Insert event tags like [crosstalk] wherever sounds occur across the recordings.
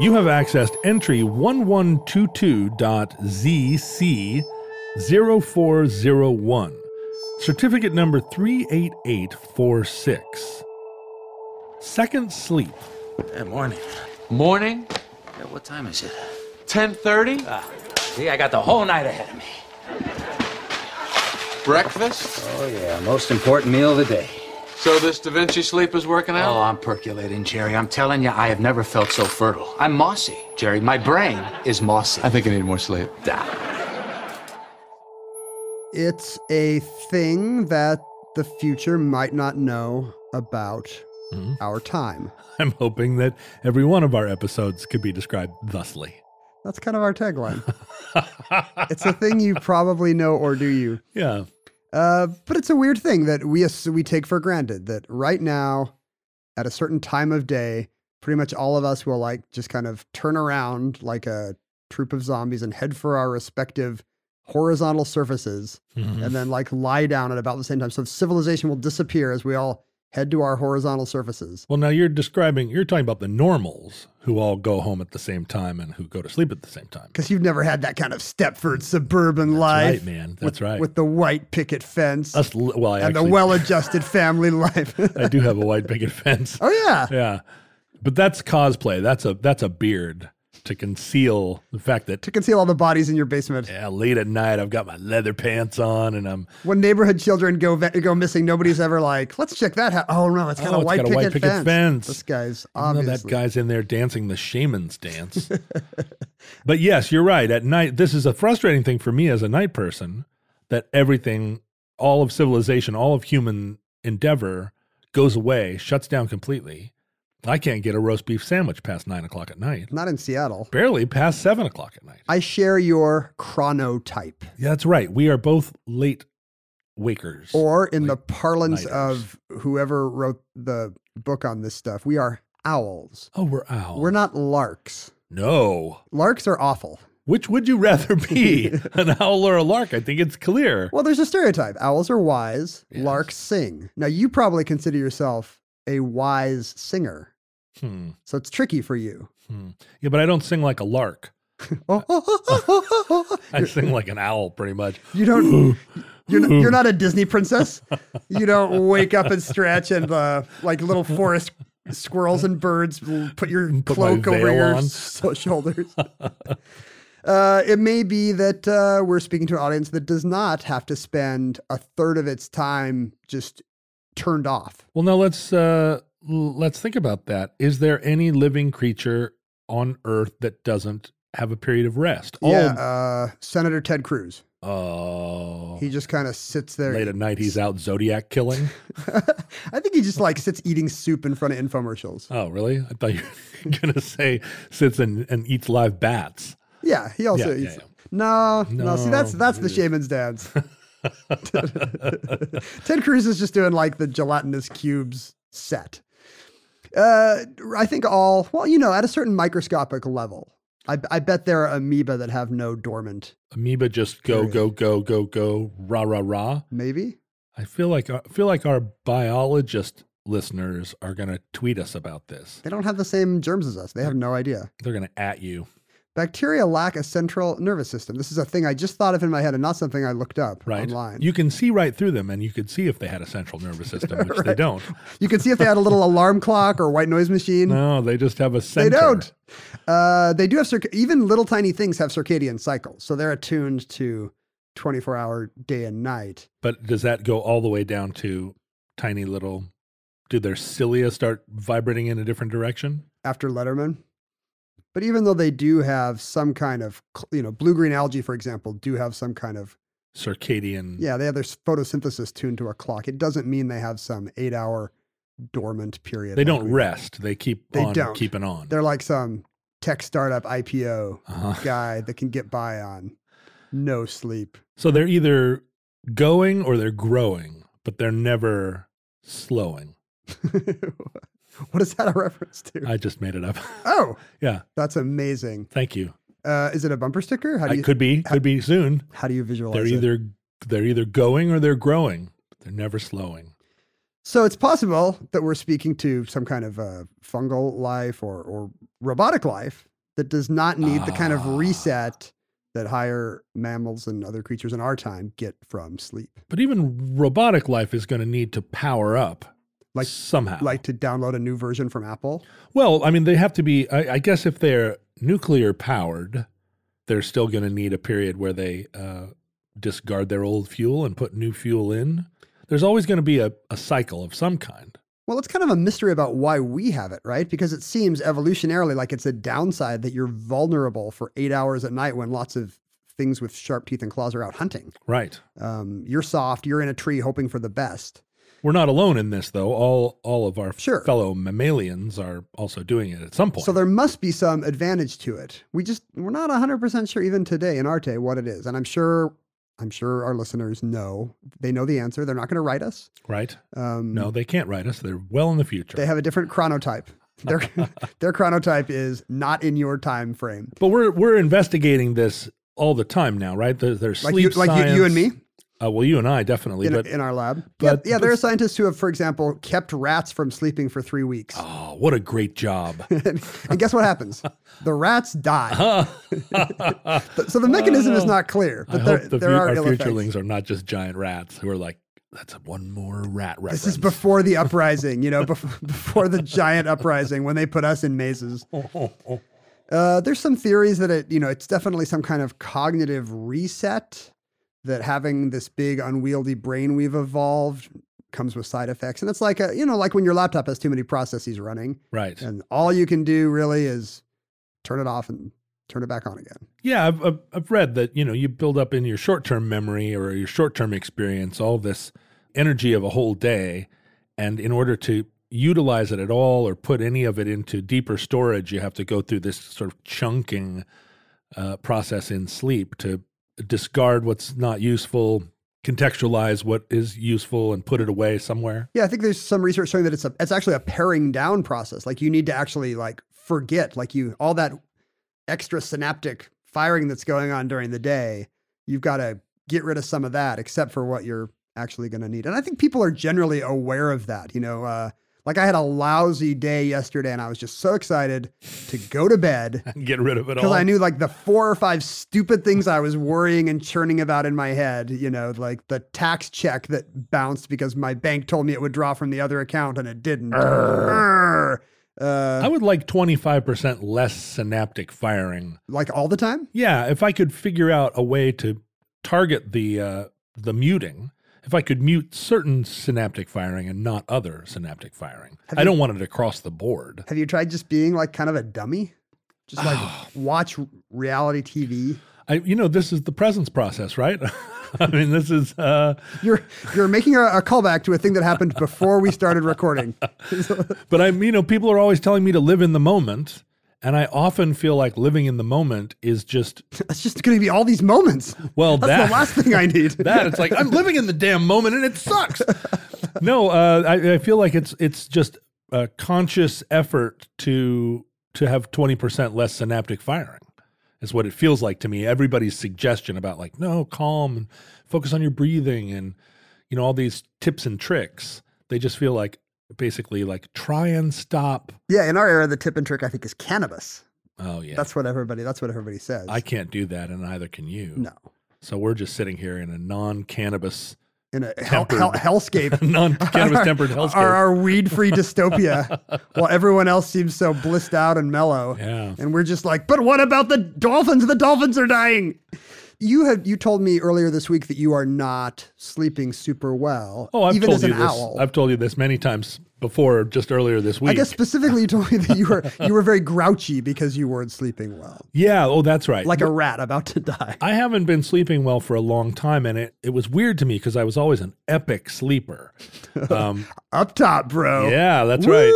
You have accessed entry 1122.ZC0401, certificate number 38846. Second sleep. [laughs] Good morning. Morning? Yeah, what time is it? 10.30? See, I got the whole night ahead of me. Breakfast? Oh, yeah, most important meal of the day. So this Da Vinci sleep is working Oh, out? I'm percolating, Jerry. I'm telling you, I have never felt so fertile. I'm mossy, Jerry. My brain is mossy. Oh, I think I need more sleep. It's a thing that the future might not know about our time. I'm hoping that every one of our episodes could be described thusly. That's kind of our tagline. it's a thing you probably know or do you. Yeah. Uh, but it's a weird thing that we ass- we take for granted that right now, at a certain time of day, pretty much all of us will like just kind of turn around like a troop of zombies and head for our respective horizontal surfaces, and then like lie down at about the same time. So civilization will disappear as we all head to our horizontal surfaces. Well, now you're describing, you're talking about the normals who all go home at the same time and who go to sleep at the same time. Because you've never had that kind of Stepford suburban life, right, man. That's with- right. With the white picket fence Us, li- uh, well, I and the actually- [laughs] well-adjusted family life. I do have a white picket fence. oh yeah. Yeah. But that's cosplay. That's a that's a beard to conceal the fact that to conceal all the bodies in your basement. yeah, late at night I've got my leather pants on and I'm When neighborhood children go ve- go missing, nobody's ever like, "Let's check that out." Oh no, it's got Oh, a it's white got a picket, white picket fence. fence. This guy's no, obviously that guy's in there dancing the shaman's dance. but yes, you're right. At night this is a frustrating thing for me as a night person that everything all of civilization, all of human endeavor goes away, shuts down completely. I can't get a roast beef sandwich past nine o'clock at night. not in Seattle. Barely past seven o'clock at night. I share your chronotype, Yeah, that's right. We are both late wakers. or in the Like parlance nighters. of whoever wrote the book on this stuff, we are owls. oh, we're out. We're not larks. No. Larks are awful. Which would you [laughs] rather be, an owl or a lark? I think it's clear. Well, there's a stereotype. Owls are wise. Yes. Larks sing. Now you probably consider yourself a wise singer, Hmm. so it's tricky for you. hmm. Yeah, but I don't sing like [laughs] a lark. I sing like an owl, pretty much. You [gasps] don't. You're not, you're not a Disney princess. You don't wake up and stretch and uh, like little forest squirrels and birds l- put your Put my cloak over veil your on. so- shoulders. Uh, it may be that uh, we're speaking to an audience that does not have to spend a third of its time just turned off. Well, now let's uh, l- let's think about that. Is there any living creature on Earth that doesn't have a period of rest? Yeah, uh, Senator Ted Cruz. Oh, He just kind of sits there. late at night he's out zodiac killing. [laughs] I think he just like sits eating soup in front of infomercials. Oh, really? I thought you were [laughs] going to say sits and, and eats live bats. Yeah, he also Yeah, yeah, eats. No, no, See, that's No. that's the shaman's [laughs] dance. [laughs] Ted Cruz is just doing like the gelatinous cubes set. Uh, I think all well, you know, at a certain microscopic level, I, I bet there are amoeba that have no dormant. Amoeba just go go go go go rah rah rah. Maybe I feel like I feel like our biologist listeners are going to tweet us about this. they don't have the same germs as us. They have no idea. They're going to at you. But Bacteria lack a central nervous system. This is a thing I just thought of in my head and not something I looked up right? online. You can see right through them, and you could see if they had a central nervous system, [laughs] which they Right. don't. You can see if they had a [laughs] little alarm clock or white noise machine. No, they just have a They center. don't. Uh, they do have circ- even little tiny things have circadian cycles, so they're attuned to 24 hour day and night. But does that go all the way down to tiny little? Do their cilia start vibrating in a different direction? after Letterman. But even though they do have some kind of, cl- you know, blue green algae, for example, do have some kind of, Circadian. yeah, they have their s- photosynthesis tuned to a clock. It doesn't mean they have some eight hour dormant period. They like don't we- rest. They keep They on don't. keeping on. They're like some tech startup IPO Uh-huh. guy that can get by on no sleep. [laughs] So they're either going or they're growing, but they're never slowing. what is that a reference to? I just made it up. [laughs] oh, yeah. that's amazing. Thank you. Uh, is it a bumper sticker? How do I you, could be could be soon. how do you visualize They're it? either they're either going or they're growing. They're never slowing. So it's possible that we're speaking to some kind of uh, fungal life or, or robotic life that does not need the kind of Ah. reset that higher mammals and other creatures in our time get from sleep, But even robotic life is going to need to power up, Like- somehow. like to download a new version from Apple. well, I mean, they have to be. I, I guess if they're nuclear powered, they're still going to need a period where they uh, discard their old fuel and put new fuel in. There's always going to be a, a cycle of some kind. Well, it's kind of a mystery about why we have it, right? Because it seems evolutionarily like it's a downside that you're vulnerable for eight hours at night when lots of things with sharp teeth and claws are out hunting. Right. Um, you're soft, you're in a tree hoping for the best. We're not alone in this, though. All all of our Sure. fellow mammalians are also doing it at some point. So there must be some advantage to it. We just we're not 100% sure even today in Arte what it is. And I'm sure I'm sure our listeners know. They know the answer. They're not going to write us. right? Um No, they can't write us. They're well in the future. they have a different [laughs] chronotype. Their their chronotype is not in your time frame. but we're we're investigating this all the time now, right? There, there's Like you sleep like you, you and science. me Uh, well, you and I definitely, in, but in our lab. but- yeah, yeah, there are scientists who have for example kept rats from sleeping for 3 weeks. oh, what a great job! and, and guess what happens? The rats die. [laughs] [laughs] I So the mechanism is no. not clear, but there, hope the, there fu- are our ill effects. futurelings are not just giant rats who are like, that's one more rat reference. This is before the uprising, you know, before, [laughs] before the giant uprising when they put us in mazes. Uh, there's some theories that it, you know, it's definitely some kind of cognitive reset that having this big unwieldy brain we've evolved comes with side effects. And it's like a, you know, like when your laptop has too many processes running [laughs] right. and all you can do really is turn it off and turn it back on again. Yeah, I've, I've I've read that you know you build up in your short term memory or your short term experience all this energy of a whole day, and in order to utilize it at all or put any of it into deeper storage, you have to go through this sort of chunking uh, process in sleep to discard what's not useful, contextualize what is useful, and put it away somewhere. Yeah, I think there's some research showing that it's a it's actually a paring down process. Like you need to actually like forget, like you all that extra synaptic firing that's going on during the day. You've got to get rid of some of that, except for what you're actually going to need. And I think people are generally aware of that. You know, uh, like I had a lousy day yesterday, and I was just so excited to go to bed Get rid of it all. because I knew like the four or five stupid things I was worrying and churning about in my head. You know, like the tax check that bounced because my bank told me it would draw from the other account and it didn't. Urgh. Uh, I would like twenty five percent less synaptic firing. like all the time. Yeah, if I could figure out a way to target the uh, the muting, if I could mute certain synaptic firing and not other synaptic firing, Have I you- don't want it across the board. Have you tried just being like kind of a dummy? Just like Oh. watch reality TV. I, you know, this is the presence process, right? [laughs] I mean, this is uh, You're you're making a, a callback to a thing that happened before we started recording. [laughs] But I'm, you know, people are always telling me to live in the moment. And I often feel like living in the moment is just, It's just going to be all these moments. well, That's that, the last thing I need. [laughs] that it's like I'm living in the damn moment and it sucks. no, uh, I, I feel like it's it's just a conscious effort to to have twenty percent less synaptic firing. Is what it feels like to me. Everybody's suggestion about like no, calm and focus on your breathing and you know all these tips and tricks. They just feel like basically like try and stop. yeah, in our era, the tip and trick I think is cannabis. Oh yeah. That's what everybody. That's what everybody says. I can't do that, and neither can you. no. So we're just sitting here in a non-cannabis, In a hell, Tempered. hell, [laughs] hellscape. [laughs] non-cannabis tempered Our- hellscape. Our, our [laughs] weed-free dystopia, while everyone else seems so blissed out and mellow, yeah. and we're just like, but what about the dolphins? The dolphins are dying. You had you told me earlier this week that you are not sleeping super well, Oh, I've even told as you an this. owl. I've told you this many times before, just earlier this week. I guess specifically, you told me that you were you were very grouchy because you weren't sleeping [laughs] well, yeah. Oh, that's right. like a rat about to die. I haven't been sleeping well for a long time, and it, it was weird to me because I was always an epic sleeper. Um, Up top, bro. yeah, that's right.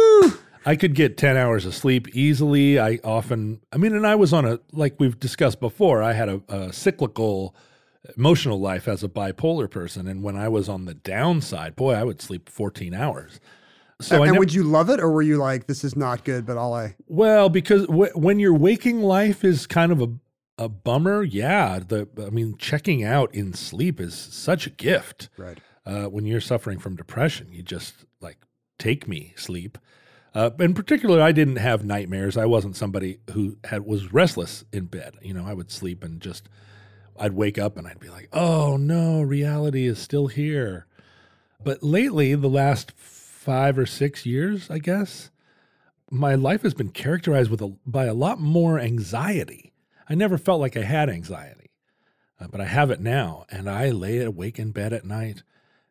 I could get 10 hours of sleep easily. I often, I mean, and I was on a, like we've discussed before, I had a, a cyclical emotional life as a bipolar person. And when I was on the downside, boy, I would sleep 14 hours. So and I never, would you love it, or were you like, this is not good? But all I well, because w- when your waking life is kind of a a bummer, yeah. The I mean, checking out in sleep is such a gift. right. Uh, when you're suffering from depression, you just like take me sleep. Uh, in particular, I didn't have nightmares. I wasn't somebody who had was restless in bed. You know, I would sleep and just I'd wake up and I'd be like, "Oh no, reality is still here." But lately, the last five or six years, I guess, my life has been characterized with a, by a lot more anxiety. I never felt like I had anxiety, uh, but I have it now. And I lay awake in bed at night.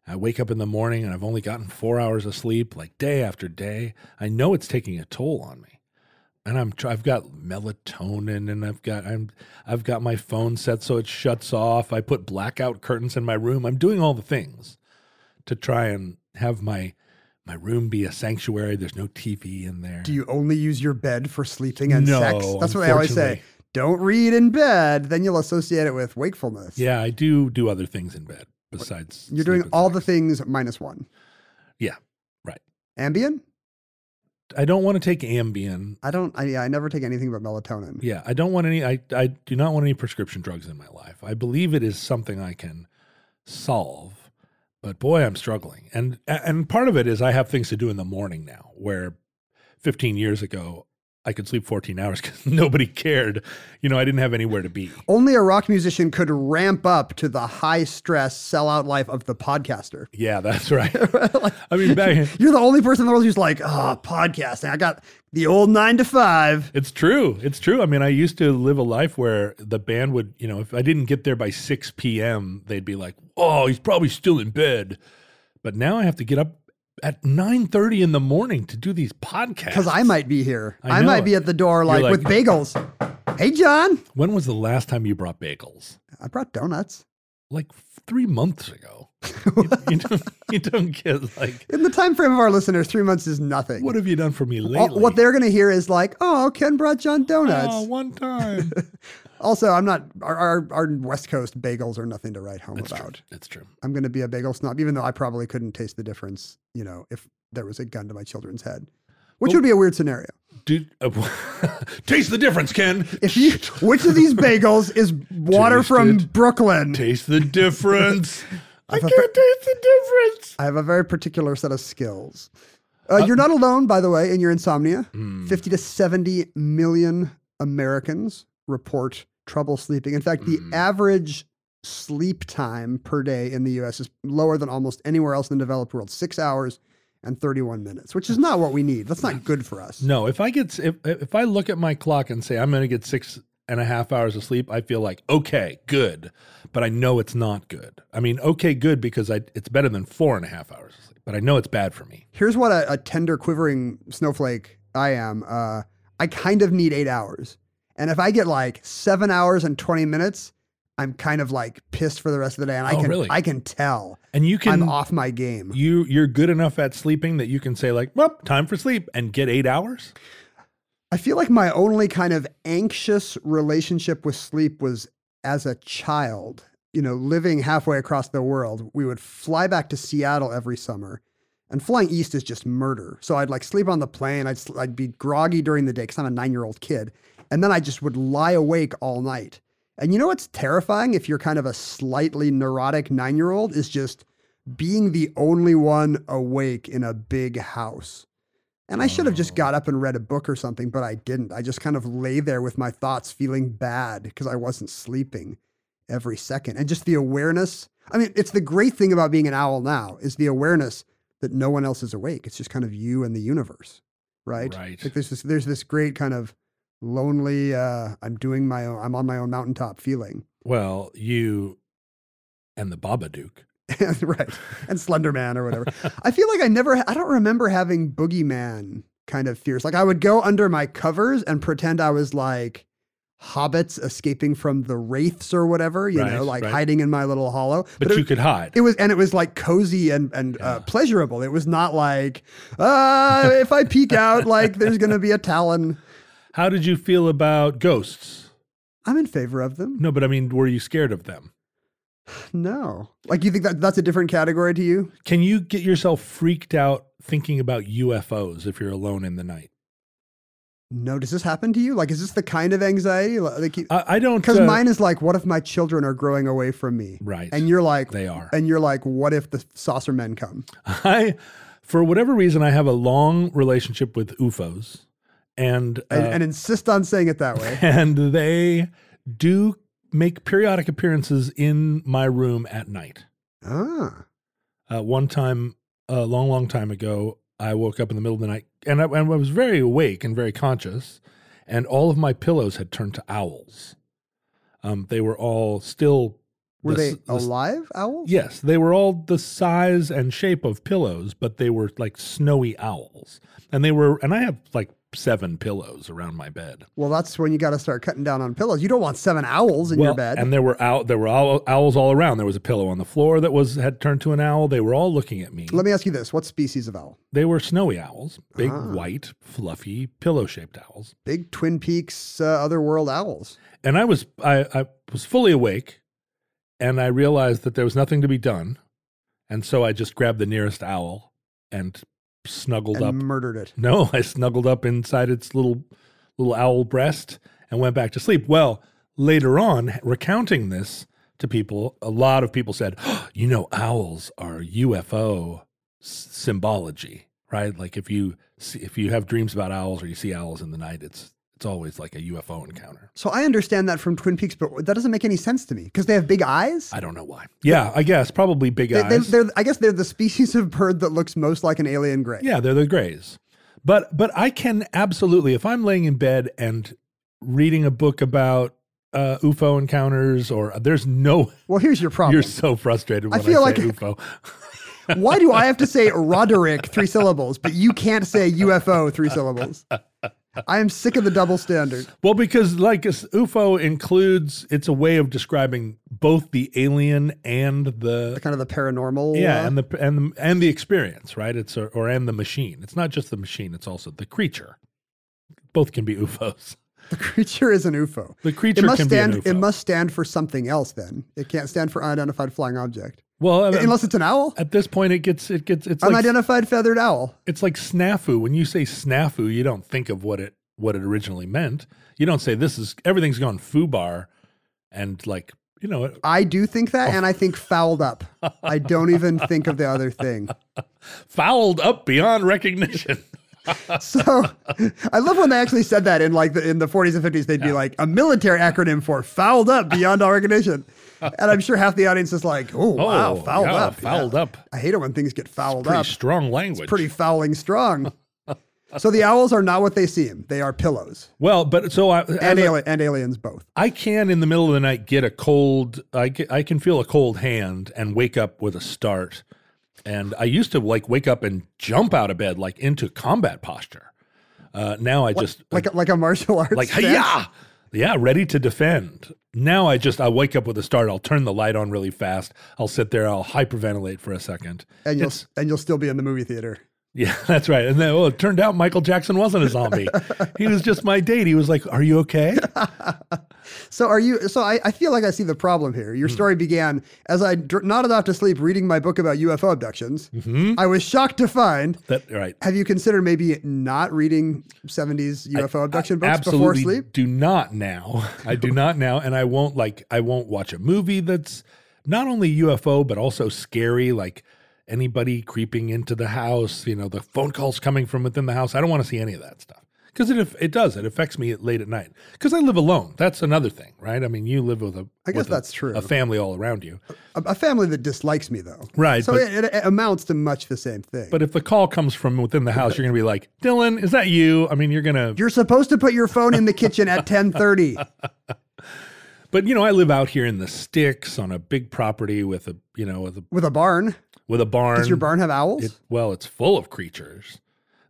I wake up in the morning and I've only gotten four hours of sleep, like day after day. I know it's taking a toll on me. And I'm tr- I've got melatonin and I've got I'm I've got my phone set so it shuts off. I put blackout curtains in my room. I'm doing all the things to try and have my my room be a sanctuary. There's no TV in there. Do you only use your bed for sleeping and No, sex? That's what they always say. unfortunately. Don't read in bed, then you'll associate it with wakefulness. Yeah, I do do other things in bed besides. You're doing sleep and all sex. the things minus one. Yeah, right. Ambien? I don't want to take Ambien. I don't. I, yeah, I never take anything but melatonin. Yeah, I don't want any. I I do not want any prescription drugs in my life. I believe it is something I can solve, but boy, I'm struggling. And and part of it is I have things to do in the morning now, where 15 years ago I could sleep 14 hours [laughs] because nobody cared. You know, I didn't have anywhere to be. Only a rock musician could ramp up to the high stress sellout life of the podcaster. Yeah, that's [laughs] right. I mean, back, You're the only person in the world who's like, oh, podcasting. I got the old nine to five. It's true. It's true. I mean, I used to live a life where the band would, you know, if I didn't get there by 6 p.m., they'd be like, "Oh, he's probably still in bed." But now I have to get up at 9:30 in the morning to do these podcasts. Because I might be here. I I, might know. be at the door, like, like- with [laughs] bagels. Hey, John. When was the last time you brought bagels? I brought donuts. Like 3 months [laughs] ago. you, you don't, you don't get like In the time frame of our listeners, three months is nothing. what have you done for me lately? All- what they're going to hear is like, oh, Ken brought John donuts. Oh, one time. [laughs] Also, I'm not our, our our West Coast bagels are nothing to write home That's true. about. That's true. I'm going to be a bagel snob, even though I probably couldn't taste the difference. You know, if there was a gun to my children's head, which Well- would be a weird scenario. Dude, uh, [laughs] taste the difference, Ken. [laughs] If you, which of these bagels is water Taste from it. Brooklyn? Taste the difference. [laughs] I I've a- can't taste the difference. I have a very particular set of skills. Uh, Hmm. you're not alone, by the way, in your insomnia. 50 to 70 million Americans report trouble sleeping. In fact, the average sleep time per day in the US is lower than almost anywhere else in the developed world six hours and 31 minutes, which is not what we need. That's not good for us. No, if I get if if I look at my clock and say I'm going to get six and a half hours of sleep, I feel like okay, good, but I know it's not good. I mean, okay, good because I it's better than four and a half hours of sleep, but I know it's bad for me. Here's what a, a tender, quivering snowflake I am. Uh, I kind of need eight hours. And if I get like seven hours and 20 minutes, I'm kind of like pissed for the rest of the day. And I Oh, can, really? I can tell And you can I'm off my game. you you're good enough at sleeping that you can say like, well, time for sleep and get eight hours. I feel like my only kind of anxious relationship with sleep was as a child. You know, living halfway across the world, we would fly back to Seattle every summer. And flying east is just murder. So I'd like sleep on the plane. I'd, sl- I'd be groggy during the day because I'm a nine year old kid. And then I just would lie awake all night. And you know what's terrifying if you're kind of a slightly neurotic nine year old is just being the only one awake in a big house And I should have just got up and read a book or something, but I didn't. I just kind of lay there with my thoughts feeling bad because I wasn't sleeping every second. And just the awareness. I mean, it's the great thing about being an owl now is the awareness that no one else is awake. It's just kind of you and the universe, right? Right. Like there's this, there's this great kind of lonely, uh, I'm doing my own, I'm on my own mountaintop feeling. Well, you and the Babadook. [laughs] right. And Slender Man or whatever. I feel like I never, I don't remember having boogeyman kind of fears. Like I would go under my covers and pretend I was like hobbits escaping from the wraiths or whatever, you Right, know, like right. hiding in my little hollow. But, it, you could hide. it was, and it was like cozy and, and Yeah. uh, pleasurable. It was not like, [laughs] uh, if I peek out, like there's going to be a talon. How did you feel about ghosts? I'm in favor of them. No, but I mean, were you scared of them? No. Like you think that that's a different category to you? Can you get yourself freaked out thinking about UFOs if you're alone in the night? No. Does this happen to you? Like, is this the kind of anxiety? Like, you, I, I don't Because uh, mine is like, what if my children are growing away from me? Right. And you're like, They are. And you're like, what if the saucer men come? [laughs] I, for whatever reason, I have a long relationship with UFOs, and uh, And, and insist on saying it that way. [laughs] and they do make periodic appearances in my room at night. ah. Uh, one time, a long, long time ago, I woke up in the middle of the night, and I, and I was very awake and very conscious, and all of my pillows had turned to owls. Um, they were all still. Were the they s- the s- alive owls? Yes, they were all the size and shape of pillows, but they were like snowy owls. And they were, and I have like seven pillows around my bed. Well, that's when you got to start cutting down on pillows. You don't want seven owls in your bed. and there were owl, there were owl, owls all around. There was a pillow on the floor that was had turned to an owl. They were all looking at me. Let me ask you this what species of owl? they were snowy owls, big, Ah. white, fluffy, pillow shaped owls. Big Twin Peaks, uh, other world owls. And I was, I, I was fully awake, and I realized that there was nothing to be done, and so I just grabbed the nearest owl and snuggled And up murdered it. No, [laughs] I snuggled up inside its little little owl breast and went back to sleep. Well, later on, recounting this to people, a lot of people said, [gasps] "Oh, "You know, owls are UFO s- symbology, right? Like if you see, if you have dreams about owls or you see owls in the night, it's it's always like a UFO encounter." So I understand that from Twin Peaks, but that doesn't make any sense to me because they have big eyes. I don't know why. Yeah, I guess probably big They- eyes. they, they're, I guess they're the [laughs] species of bird that looks most like an alien gray. Yeah, they're the grays. But but I can absolutely if I'm laying in bed and reading a book about uh, UFO encounters or uh, there's no [laughs] Well, here's your problem. you're so frustrated when I, feel say like- UFO. Why do I have to say Roderick three syllables, but you can't say UFO three syllables? I am sick of the double standard. Well, because like it's- UFO includes it's a way of describing both the alien and the The kind of the paranormal. yeah uh, and the and the, and the experience right it's or, or and the machine it's not just the machine it's also the creature both can be ufos the creature is an UFO. the creature It must can stand. be an UFO. It must stand for something else. Then it can't stand for unidentified flying object, well I mean, unless it's an owl, at this point it gets it gets it's like unidentified feathered owl. it's like snafu. When you say snafu, you don't think of what it what it originally meant. You don't say this is everything's gone foobar, and like you know, it- I do think that, Oh. and I think fouled up. I don't even think of the other thing. fouled up beyond recognition. [laughs] So I love when they actually said that in like the in the 40s and 50s. They'd be like a military acronym for fouled up beyond all recognition, and I'm sure half the audience is like, "Oh, wow, fouled yeah, up, fouled Yeah. up. I hate it when things get fouled Pretty up. strong language. Pretty fouling strong. [laughs] so the owls are not what they seem. They are pillows well, but so I and, I, ali- and aliens both. I can in the middle of the night get a cold. I ca- I can feel a cold hand and wake up with a start. And I used to like wake up and jump out of bed like into combat posture. Uh, now I just Like a- like a martial arts. like stance. yeah yeah ready to defend now i just i wake up with a start i'll turn the light on really fast i'll sit there i'll hyperventilate for a second and you'll It's- and you'll still be in the movie theater. [laughs] yeah that's right and then oh it turned out michael jackson wasn't a [laughs] zombie he was just my date he was like are you okay So are you? So I, I feel like I see the problem here. Hmm. Your story began as I dr- nodded off to sleep, reading my book about UFO abductions. Mm-hmm. I was shocked to find. that right Have you considered maybe not reading '70s UFO abduction books before absolutely sleep? do not now [laughs] i do not now and i won't like i won't watch a movie that's not only ufo but also scary like anybody creeping into the house, you know, the phone calls coming from within the house. I don't want to see any of that stuff because it aff- it does it affects me late at night because I live alone. That's another thing, right? I mean, you live with a I guess with a- that's true. a family all around you. A, a family that dislikes me, though. Right, So but- it, it amounts to much the same thing. But if the call comes from within the house, you're going to be like, "Dylan, is that you?" I mean, you're going to you're supposed to put your phone in the kitchen [laughs] at 1030. But you know, I live out here in the sticks on a big property with a, you know, with a With a barn? with a barn. Does your barn have owls? Um, It, well, it's full of creatures.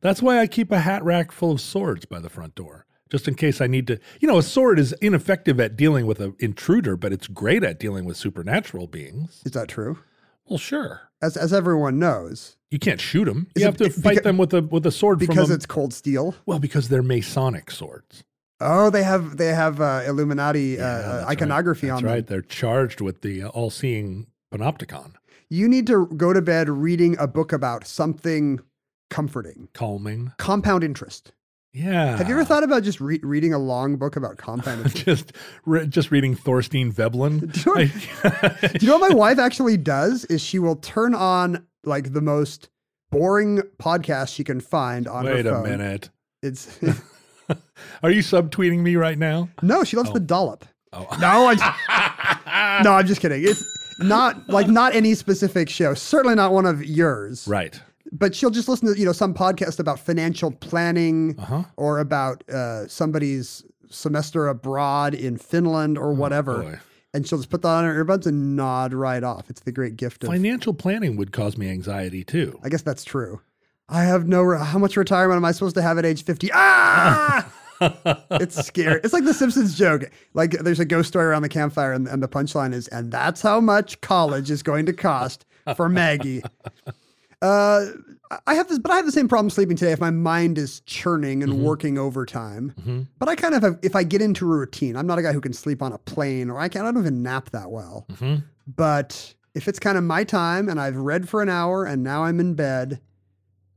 That's why I keep a hat rack full of swords by the front door, just in case I need to. You know, a sword is ineffective at dealing with an intruder, but it's great at dealing with supernatural beings. Is that true? Well, sure. As as everyone knows, You can't shoot them. Is you it have to beca- fight them with a with a sword from because a- it's cold steel. well, because they're Masonic swords. Oh, they have they have uh, Illuminati Yeah, uh, that's uh, right. iconography That's on them. right. They're charged with the all-seeing panopticon, You need to go to bed reading a book about something comforting. calming. Compound interest. Yeah. Have you ever thought about just re- reading a long book about compound interest? [laughs] just re- just reading Thorstein Veblen. [laughs] Do you know- [laughs] I- Do you know what my wife actually does? Is she will turn on like the most boring podcast she can find on Wait her a phone. minute. It's [laughs] Are you subtweeting me right now? no, she loves Oh. the dollop. Oh. [laughs] No, I, [laughs] no, I'm just kidding. It's not like not any specific show. Certainly not one of yours. Right. But she'll just listen to you know some podcast about financial planning Uh huh. or about uh, somebody's semester abroad in Finland or whatever, boy. and she'll just put that on her earbuds and nod right off. It's the great gift of Financial planning would cause me anxiety too. I guess that's true. I have no. Re- how much retirement am I supposed to have at age fifty? Ah, it's scary. It's like the Simpsons joke. Like there's a ghost story around the campfire, and, and the punchline is, "And that's how much college is going to cost for Maggie." Uh, I- I have this, but I have the same problem sleeping today. If my mind is churning and working overtime, but I kind of have, if I get into a routine, I'm not a guy who can sleep on a plane, or I can I don't even nap that well but if it's kind of my time and I've read for an hour and now I'm in bed,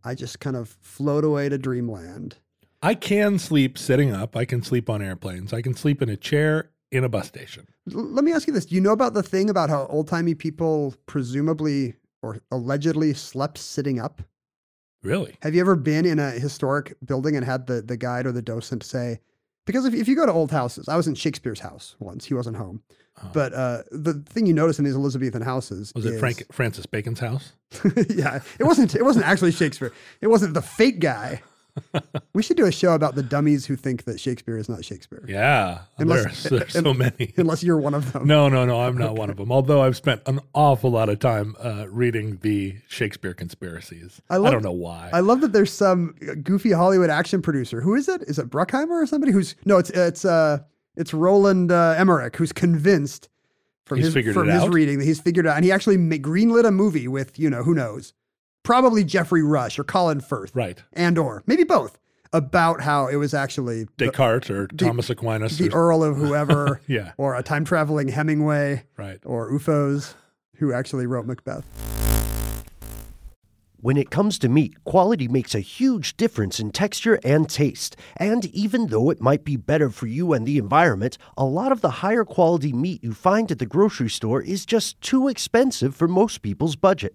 I just kind of float away to dreamland. I can sleep sitting up. I can sleep on airplanes. I can sleep in a chair in a bus station. L- let me ask you this: Do you know about the thing about how old timey people presumably or allegedly slept sitting up? Really? Have you ever been in a historic building and had the, the guide or the docent say, because if, if you go to old houses, I was in Shakespeare's house once, he wasn't home. Oh. But uh, the thing you notice in these Elizabethan houses Was it is- Frank Francis Bacon's house? [laughs] yeah, it wasn't. It wasn't actually Shakespeare. It wasn't the fake [laughs] guy. We should do a show about the dummies who think that Shakespeare is not Shakespeare, Yeah. Unless- [laughs] there's there's so many. unless you're one of them. No, no, no. I'm not one of them. Although I've spent an awful lot of time uh, reading the Shakespeare conspiracies. I, I love- don't know why. I love that there's some goofy Hollywood action producer. Who is it? Is it Bruckheimer or somebody? Who's no? It's it's uh it's Roland uh, Emmerich who's convinced from He's his figured from it his out? reading that he's figured it out, and he actually ma- greenlit a movie with you know who knows, probably Jeffrey Rush or Colin Firth, right. and or maybe both about how it was actually the- Descartes or Thomas Aquinas. the or, Earl of whoever, [laughs] Yeah. or a time traveling Hemingway, right. or UFOs, who actually wrote Macbeth. When it comes to meat, quality makes a huge difference in texture and taste. And even though it might be better for you and the environment, a lot of the higher quality meat you find at the grocery store is just too expensive for most people's budget.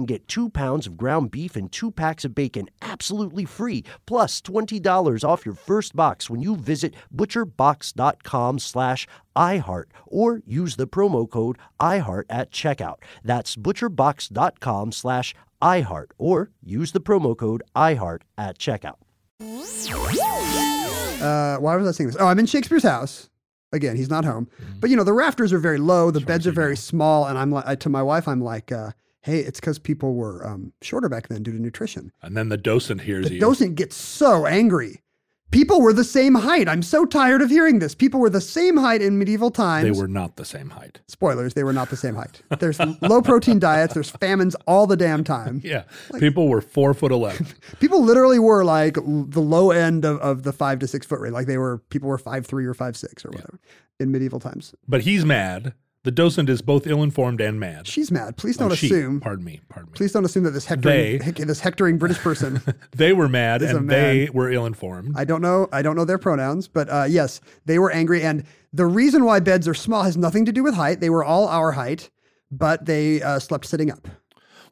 get 2 pounds of ground beef and 2 packs of bacon absolutely free, plus $20 off your first box when you visit butcherbox.com slash iHeart or use the promo code iHeart at checkout. That's butcherbox.com slash iHeart or use the promo code iHeart at checkout. Uh, why was I saying this? Oh, I'm in Shakespeare's house. Again, he's not home. Mm-hmm. But you know, the rafters are very low, the beds are very small, and I'm like I, to my wife, I'm like, uh, hey, it's because people were um, shorter back then due to nutrition. And then the docent hears The you. docent gets so angry People were the same height. I'm so tired of hearing this. People were the same height in medieval times. They were not the same height. Spoilers, they were not the same height. There's [laughs] low protein diets, there's famines all the damn time. Yeah. People were four [laughs] foot 11. People literally were like l- the low end of, of the five to six foot range. Like they were, people were five, three or five, six or whatever in medieval times. But he's mad. The docent is both ill informed and mad. She's mad. Please don't Oh, she. assume. Pardon me. Pardon me. Please don't assume that this hectoring, [laughs] They- hec- this hectoring British [laughs] person. They were mad a and they were ill informed. I don't know. I don't know their pronouns, but uh, yes, they were angry. And the reason why beds are small has nothing to do with height. They were all our height, but they uh, slept sitting up.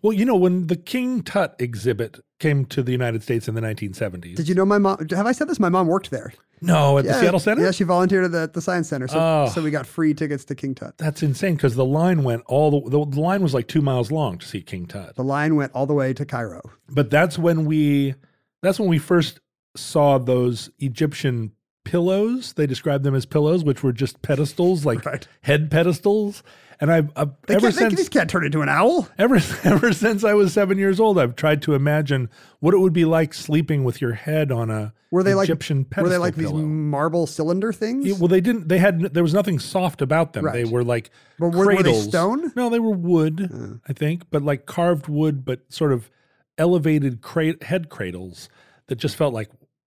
Well, you know, when the King Tut exhibit came to the United States in the 1970s. Did you know my mom? Have I said this? My mom worked there. No, at the Seattle Center? Yeah, she volunteered at the, at the Science Center. So, Oh. so we got free tickets to King Tut. That's insane because the line went all the, the, the line was like two miles long to see King Tut. The line went all the way to Cairo. But that's when we that's when we first saw those Egyptian pillows. They described them as pillows, which were just pedestals, like Right. head pedestals. And I've, I've They ever can't, they, since these can't turn into an owl. [laughs] ever ever since I was seven years old, I've tried to imagine what it would be like sleeping with your head on a Were they Egyptian like? pedestal Were they like pillow. these marble cylinder things? Yeah, well, they didn't. They had. n- There was nothing soft about them. They Right. were like But were- were they cradles. stone? No, they were wood. I think, but like carved wood, but sort of elevated cra- head cradles that just felt like.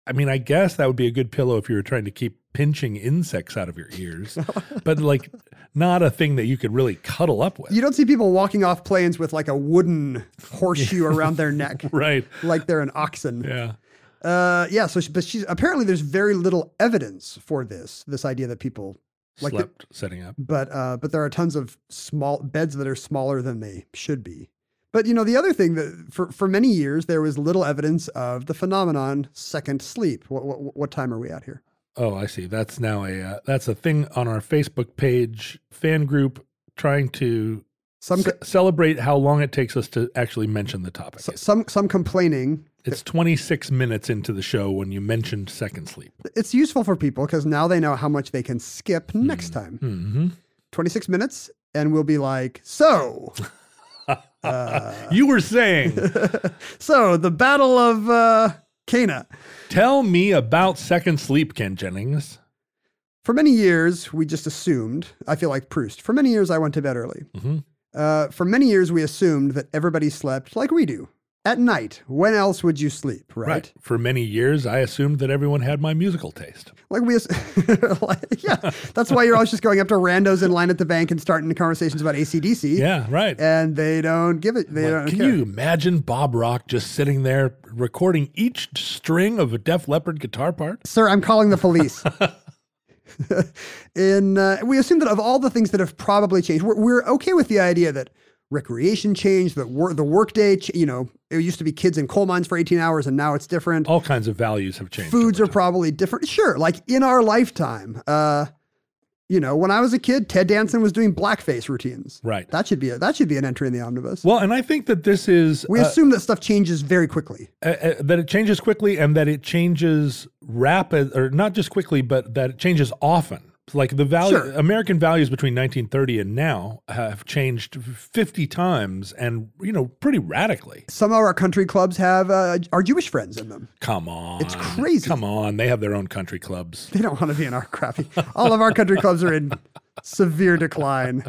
I mean, I guess that would be a good pillow if you were trying to keep pinching insects out of your [laughs] ears, but like not a thing that you could really cuddle up with. you don't see people walking off planes with like a wooden horseshoe around their neck, [laughs] [laughs] right. like they're an oxen. Yeah. Uh, yeah. So, she, but she's apparently there's very little evidence for this. This idea that people like, the- Slept setting up. but uh, but there are tons of small beds that are smaller than they should be. But you know, the other thing that for for many years there was little evidence of the phenomenon second sleep. What what, what time are we at here? Oh, I see. That's now a uh, that's a thing on our Facebook page fan group trying to Some Ce- celebrate how long it takes us to actually mention the topic. so- some some complaining. it's 26 minutes into the show when you mentioned second sleep. It's useful for people because now they know how much they can skip next time. hmm Twenty six minutes, and we'll be like, so you were saying, [laughs] so the Battle of uh, Cana. tell me about second sleep, Ken Jennings. For many years, we just assumed, I feel like Proust, for many years, I went to bed early. Mhm. Uh, for many years, we assumed that everybody slept like we do at night. When else would you sleep, right? For many years, I assumed that everyone had my musical taste. Like we, ass- [laughs] like, yeah, that's why you're always just going up to randos in line at the bank and starting conversations about ACDC. [laughs] Yeah, right. And they don't give it, they Like, don't can care. you imagine Bob Rock just sitting there recording each string of a Def Leppard guitar part? Sir, I'm calling the [laughs] police. [laughs] In uh, we assume that of all the things that have probably changed, we're, we're okay with the idea that recreation changed, that wor- the workday, ch- you know, it used to be kids in coal mines for 18 hours, and now it's different. All kinds of values have changed. Foods are over time. probably different. Sure, like in our lifetime, uh, you know, when I was a kid, Ted Danson was doing blackface routines. Right. That should be a, that should be an entry in the omnibus. well, and I think that this is we uh, assume that stuff changes very quickly. uh, uh, that it changes quickly and that it changes rapid or not just quickly but that it changes often like the value Sure. american values between 1930 and now have changed 50 times and you know pretty radically Some of our country clubs have uh, our Jewish friends in them. come on it's crazy. come on they have their own country clubs They don't want to be in our crappy. All of our country clubs are in severe decline.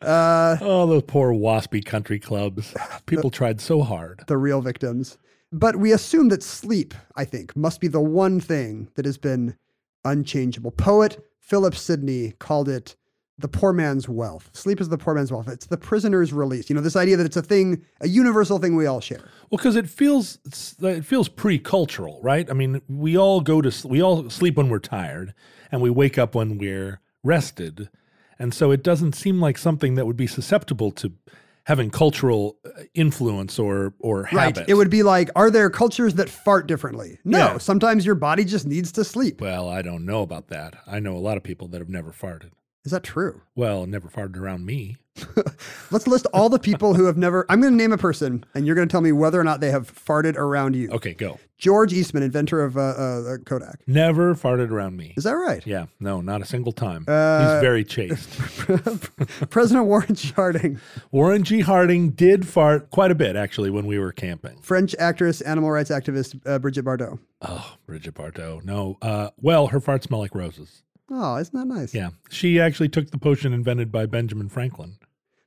oh those poor waspy country clubs people tried so hard The real victims. But we assume that sleep, I think, must be the one thing that has been unchangeable. Poet Philip Sidney called it the poor man's wealth. Sleep is the poor man's wealth. It's the prisoner's release. You know, this idea that it's a thing, a universal thing we all share. well because it feels it's- it feels pre-cultural right i mean we all go to s- we all sleep when we're tired and we wake up when we're rested and so it doesn't seem like something that would be susceptible to having cultural uh, influence or or habit It would be like, are there cultures that fart differently? No, Yeah. sometimes your body just needs to sleep. well i don't know about that i know a lot of people that have never farted Is that true? Well, never farted around me. Let's list all the people who have never. I'm going to name a person, and you're going to tell me whether or not they have farted around you. Okay, go. George Eastman, inventor of uh, uh, Kodak. Never farted around me. Is that right? Yeah, no, not a single time. Uh, He's very chaste. [laughs] [laughs] [laughs] President Warren [laughs] Harding, Warren G. Harding did fart quite a bit, actually, when we were camping. French actress, animal rights activist uh, Bridget Bardot. Oh, Bridget Bardot. No, uh, well, her farts smell like roses. Oh, isn't that nice? Yeah, she actually took the potion invented by Benjamin Franklin.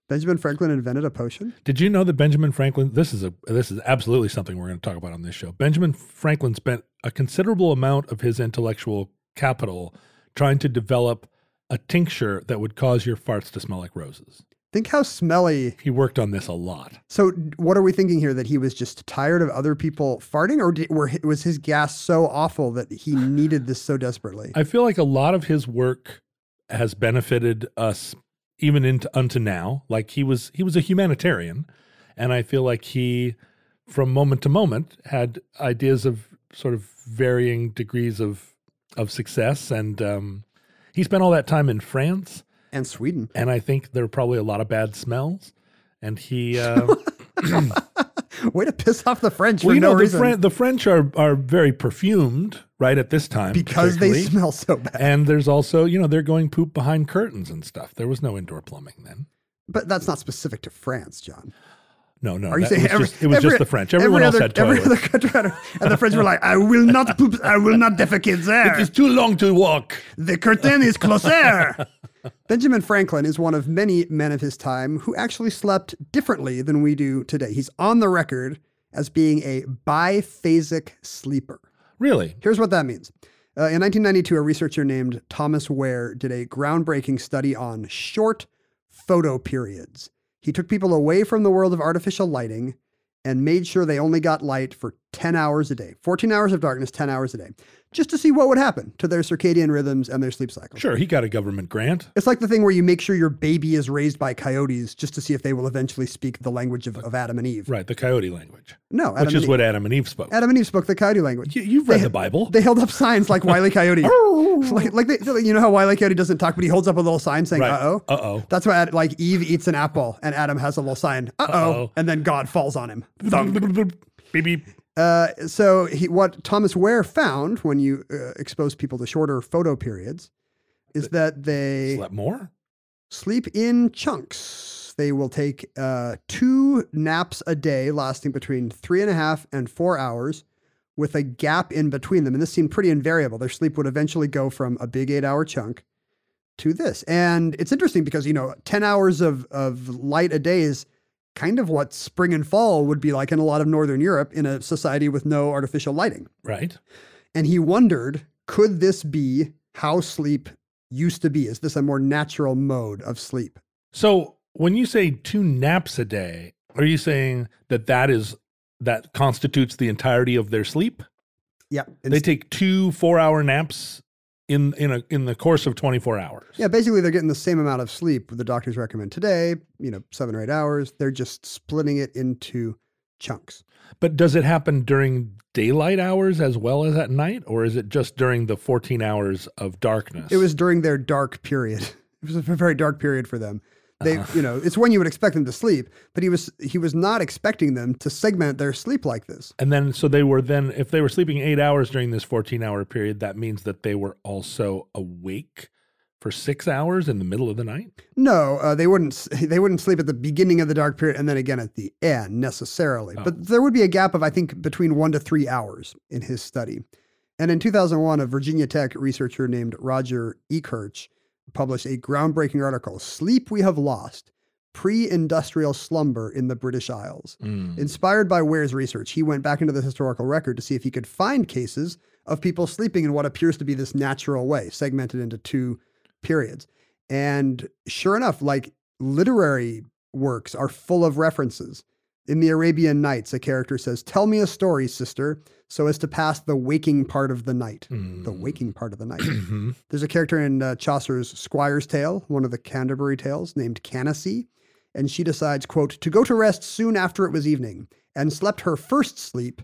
Benjamin Franklin invented a potion. Did you know that Benjamin Franklin? This is a this is absolutely something we're going to talk about on this show. Benjamin Franklin spent a considerable amount of his intellectual capital trying to develop a tincture that would cause your farts to smell like roses. Think how smelly. He worked on this a lot. So, what are we thinking here? That he was just tired of other people farting, or did, were, was his gas so awful that [sighs] he needed this so desperately? I feel like a lot of his work has benefited us even into unto now. Like he was he was a humanitarian, and I feel like he, from moment to moment, had ideas of sort of varying degrees of of success. And um, he spent all that time in France, and Sweden. and I think there were probably a lot of bad smells. [laughs] And he, uh, Way to piss off the French well, for you no know, the, reason. Fran- the French are are very perfumed, right? At this time, because they particularly. smell so bad. And there's also, you know, they're going poop behind curtains and stuff. There was no indoor plumbing then. But that's not specific to France, John. No, no. Are you that saying was every- just, it was every- just the French. Everyone every else other, had toilets. Every other country had a- and the French were like, "I will not poop. I will not defecate there. It's too long to walk. the curtain is closer." [laughs] Benjamin Franklin is one of many men of his time who actually slept differently than we do today. He's on the record as being a biphasic sleeper. Really? Here's what that means. Uh, in 1992, a researcher named Thomas Ware did a groundbreaking study on short photo periods. He took people away from the world of artificial lighting and made sure they only got light for 10 hours a day, 14 hours of darkness, 10 hours a day, just to see what would happen to their circadian rhythms and their sleep cycle. Sure, he got a government grant. It's like the thing where you make sure your baby is raised by coyotes just to see if they will eventually speak the language of, of Adam and Eve. Right, the coyote language, No, Adam which and is Eve. what Adam and Eve spoke. Adam and Eve spoke the coyote language. you, you've read the Bible. They held up signs like Wiley [laughs] Coyote. Oh. like, like, they, like, you know how Wiley Coyote doesn't talk, but he holds up a little sign saying, Right. uh oh. Uh-oh. That's why, Ad- like, Eve eats an apple and Adam has a little sign, uh oh. Uh-oh. And then God falls on him. Thunk. Beep, beep. Uh, so, he, what Thomas Ware found when you uh, expose people to shorter photo periods is that they Slept more? sleep in chunks. They will take uh, two naps a day, lasting between three and a half and four hours, with a gap in between them. And this seemed pretty invariable. Their sleep would eventually go from a big eight hour chunk to this. And it's interesting because, you know, 10 hours of, of light a day is kind of what spring and fall would be like in a lot of Northern Europe in a society with no artificial lighting Right. and he wondered could this be how sleep used to be is this a more natural mode of sleep So when you say two naps a day, are you saying that that is that constitutes the entirety of their sleep? yeah They take two four-hour naps in in a in the course of twenty-four hours. yeah basically they're getting the same amount of sleep the doctors recommend today you know seven or eight hours they're just splitting it into chunks But does it happen during daylight hours as well as at night, or is it just during the 14 hours of darkness? it was during their dark period [laughs] it was a very dark period for them they you know it's when you would expect them to sleep but he was he was not expecting them to segment their sleep like this And then, so they were then, if they were sleeping eight hours during this 14 hour period, that means that they were also awake for six hours in the middle of the night? No, uh, they wouldn't. s- [laughs] They wouldn't sleep at the beginning of the dark period and then again at the end necessarily. But there would be a gap of I think between one to three hours in his study. And in 2001, a Virginia Tech researcher named Roger Ekirch published a groundbreaking article, "Sleep We Have Lost: Pre-Industrial Slumber in the British Isles." Inspired by Ware's research, he went back into the historical record to see if he could find cases of people sleeping in what appears to be this natural way, segmented into two periods. And sure enough, like literary works are full of references. In the Arabian Nights, a character says, Tell me a story, sister, so as to pass the waking part of the night. Mm. The waking part of the night. Mm-hmm. There's a character in uh, Chaucer's Squire's Tale, one of the Canterbury Tales, named Canacee, and she decides, quote, to go to rest soon after it was evening, and slept her first sleep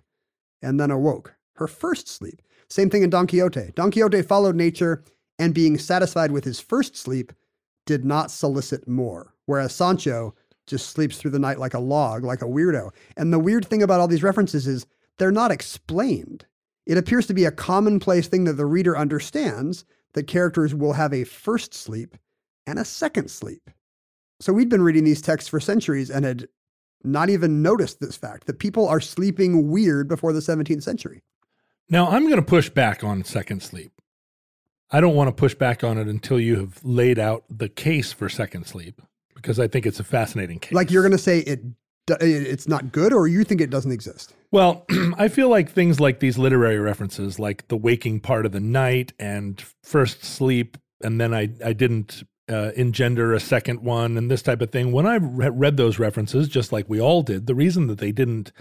and then awoke. Her first sleep. Same thing in Don Quixote. Don Quixote followed nature and being satisfied with his first sleep, did not solicit more, whereas Sancho just sleeps through the night like a log, like a weirdo. And the weird thing about all these references is they're not explained. It appears to be a commonplace thing that the reader understands that characters will have a first sleep and a second sleep. So we'd been reading these texts for centuries and had not even noticed this fact that people are sleeping weird before the 17th century. Now, I'm going to push back on second sleep. I don't want to push back on it until you have laid out the case for second sleep because I think it's a fascinating case. Like you're going to say it do- it- it's not good or you think it doesn't exist. Well, [clears throat] I feel like things like these literary references, like the waking part of the night and first sleep, and then I, I didn't uh, engender a second one, and this type of thing. When I re- read those references, just like we all did, the reason that they didn't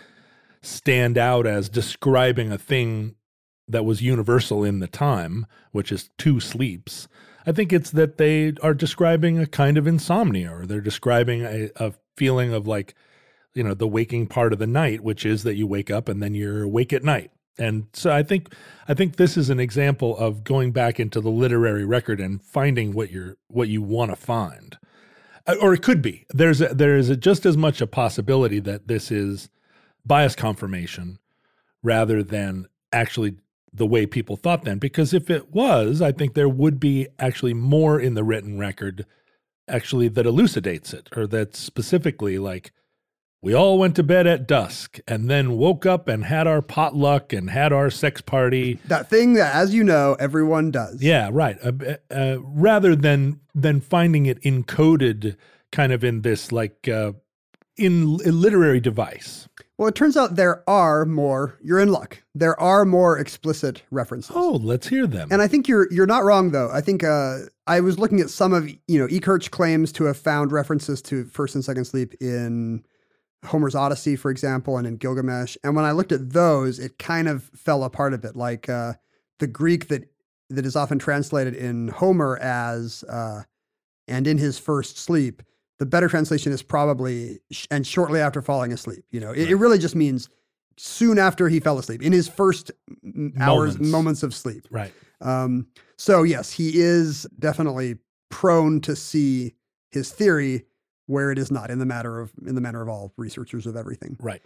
stand out as describing a thing that was universal in the time, which is two sleeps, I think it's that they are describing a kind of insomnia or they're describing a, a feeling of like, you know the waking part of the night which is that you wake up and then you're awake at night and so i think i think this is an example of going back into the literary record and finding what you're what you want to find Uh, or it could be there's a, there is a, just as much a possibility that this is bias confirmation rather than actually the way people thought then because if it was i think there would be actually more in the written record actually that elucidates it or that specifically like we all went to bed at dusk and then woke up and had our potluck and had our sex party. That thing that, as you know, everyone does. Yeah, right. Uh, uh, rather than than finding it encoded, kind of in this like uh, in a literary device. Well, it turns out there are more. You're in luck. There are more explicit references. Oh, let's hear them. And I think you're you're not wrong though. I think uh, I was looking at some of you know Ekirch claims to have found references to first and second sleep in Homer's Odyssey, for example, and in Gilgamesh. And when I looked at those, it kind of fell apart a bit. Like uh, the Greek that that is often translated in Homer as uh, "and in his first sleep." The better translation is probably "sh- "and shortly after falling asleep." You know, it, it really just means soon after he fell asleep in his first mm, hours, Moments. moments of sleep. right. Um, so yes, he is definitely prone to see his theory where it is not in the matter of in the manner of all researchers of everything. Right.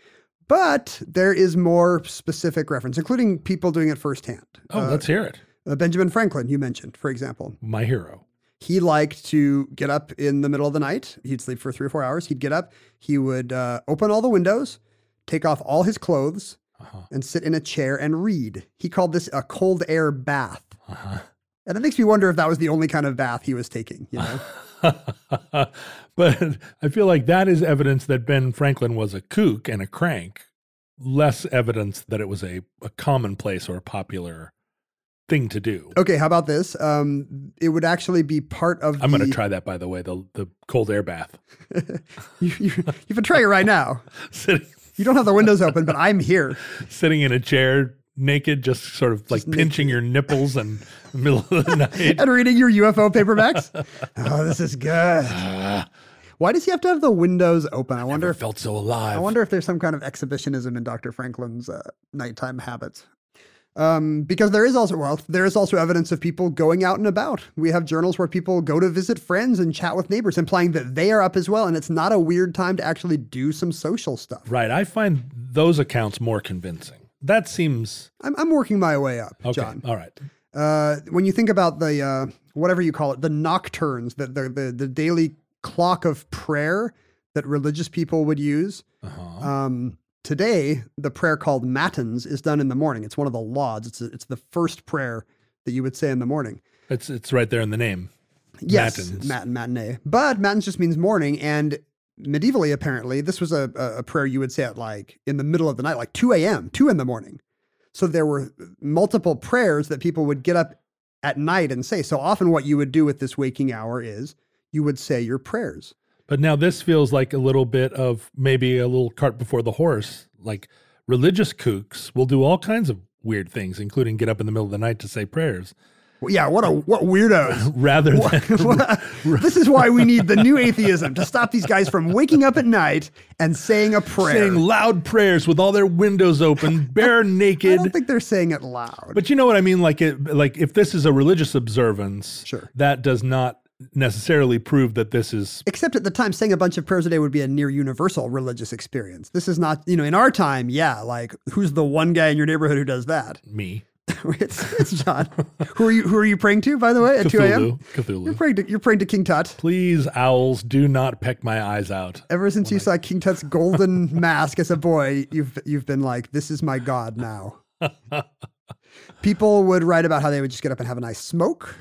But there is more specific reference, including people doing it firsthand. Oh, Uh, let's hear it. uh, Benjamin Franklin, you mentioned, for example My hero. [laughs] he liked to get up in the middle of the night. He'd sleep for three or four hours. He'd get up. He would uh, open all the windows, take off all his clothes, Uh-huh. and sit in a chair and read. He called this a cold air bath. Uh-huh. And it makes me wonder if that was the only kind of bath he was taking. You [laughs] know, but I feel like that is evidence that Ben Franklin was a kook and a crank, less evidence that it was a, a commonplace or a popular thing to do. okay. How about this? Um, it would actually be part of. I'm going to the- try that, by the way, the, the cold air bath. [laughs] [laughs] you, you, you can try it right now. sitting, You don't have the windows open, but I'm [laughs] here. sitting in a chair naked, just sort of like pinching your nipples in the middle of [laughs] the night. and reading your UFO [laughs] paperbacks. oh, this is good. Uh. Why does he have to have the windows open? I wonder I if felt so alive. I wonder if there's some kind of exhibitionism in Dr. Franklin's uh, nighttime habits. Um, because there is also well, there is also evidence of people going out and about. We have journals where people go to visit friends and chat with neighbors, implying that they are up as well, and it's not a weird time to actually do some social stuff. Right. I find those accounts more convincing. That seems I'm, I'm working my way up, okay. John. All right. uh, when you think about the uh, whatever you call it, the nocturnes, the, the the the daily clock of prayer that religious people would use. Um, today, the prayer called matins is done in the morning. It's one of the lauds. It's it's the first prayer that you would say in the morning. It's it's right there in the name. Yes, Matins. matin matinee, but matins just means morning and. Medievally, apparently, this was a, a a prayer you would say at like in the middle of the night, like 2 a.m., 2 in the morning. So there were multiple prayers that people would get up at night and say. So often, what you would do with this waking hour is you would say your prayers. But now this feels like a little bit of maybe a little cart before the horse. Like religious kooks will do all kinds of weird things, including get up in the middle of the night to say prayers, Well, yeah, what a what weirdos. [laughs] rather [laughs] than [laughs] this is why we need the new atheism to stop these guys from waking up at night and saying a prayer. saying loud prayers with all their windows [laughs] open, bare I naked. don't think they're saying it loud. But you know what I mean? Like, it, like if this is a religious observance, Sure. that does not necessarily prove that this is Except at the time, saying a bunch of prayers a day would be a near universal religious experience. This is not, you know, in our time, yeah, like who's the one guy in your neighborhood who does that? [laughs] me. it's, it's John. who are you? Who are you praying to? By the way, at two a.m. Cthulhu. You're Cthulhu. praying to you're praying to King Tut. Please, owls, do not peck my eyes out. Ever since you saw King Tut's [laughs] golden mask as a boy, you've you've been like, this is my god [laughs] now. People would write about how they would just get up and have a nice smoke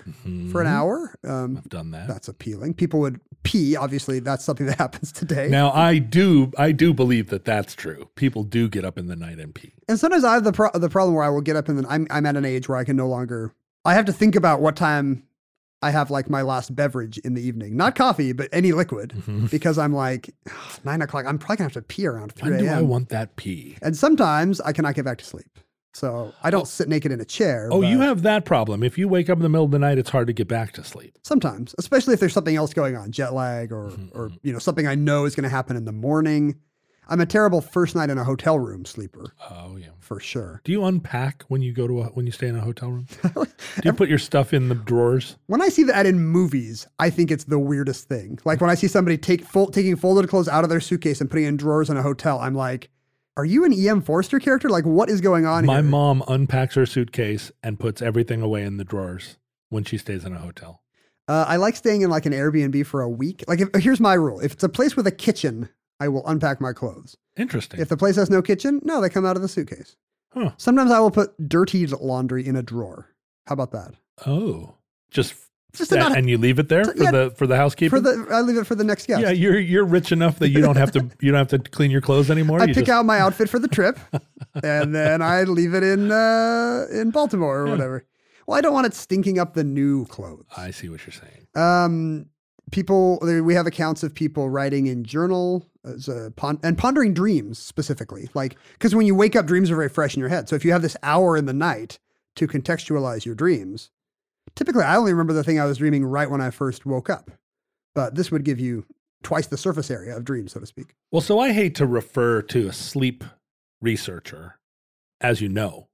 for an hour. Um, Mm-hmm. Done that. that's appealing. People would pee. Obviously, that's something that [laughs] happens today. Now I do I do believe that that's true. People do get up in the night and pee. And sometimes I have the pro- the problem where I will get up and then I'm I'm at an age where I can no longer I have to think about what time I have like my last beverage in the evening, not coffee, but any liquid, Mm-hmm. because I'm like "Ah, nine o'clock. I'm probably gonna have to pee around When three do I a.m. want that pee? And sometimes I cannot get back to sleep, so I don't sit naked in a chair. Oh, you but have that problem. If you wake up in the middle of the night, it's hard to get back to sleep. sometimes, especially if there's something else going on, jet lag or Mm-hmm, or you know something I know is gonna happen in the morning. I'm a terrible first night in a hotel room sleeper Oh yeah. for sure. Do you unpack when you go to a, when you stay in a [laughs] hotel room? Do you put your stuff in the drawers? When I see that in movies, I think it's the weirdest thing. Like when I see somebody take full, taking folded clothes out of their suitcase and putting it in drawers in a hotel, I'm like, "Are you an E.M. Forster character? Like, what is going on My here?" mom unpacks her suitcase and puts everything away in the drawers when she stays in a hotel. Uh, I like staying in like an Airbnb for a week. Like, if, here's my rule: if it's a place with a kitchen, I will unpack my clothes. Interesting. If the place has no kitchen, no, they come out of the suitcase. Huh. Sometimes I will put dirty laundry in a drawer. How about that? oh, just, Just that- about- and you leave it there for yeah, the for the housekeeper. For the, I leave it for the next guest. yeah, you're you're rich enough that you don't have [laughs] to you don't have to clean your clothes anymore. I you pick just- out my outfit for the trip, and then I leave it in uh, in Baltimore or whatever. Well, I don't want it stinking up the new clothes. Hmm. I see what you're saying. Um, people, there- we have accounts of people writing in journal as a pon- and pondering dreams specifically, like because when you wake up, dreams are very fresh in your head. So if you have this hour in the night to contextualize your dreams, typically I only remember the thing I was dreaming right when I first woke up, but this would give you twice the surface area of dreams, so to speak. Well, so I hate to refer to a sleep researcher, as you know.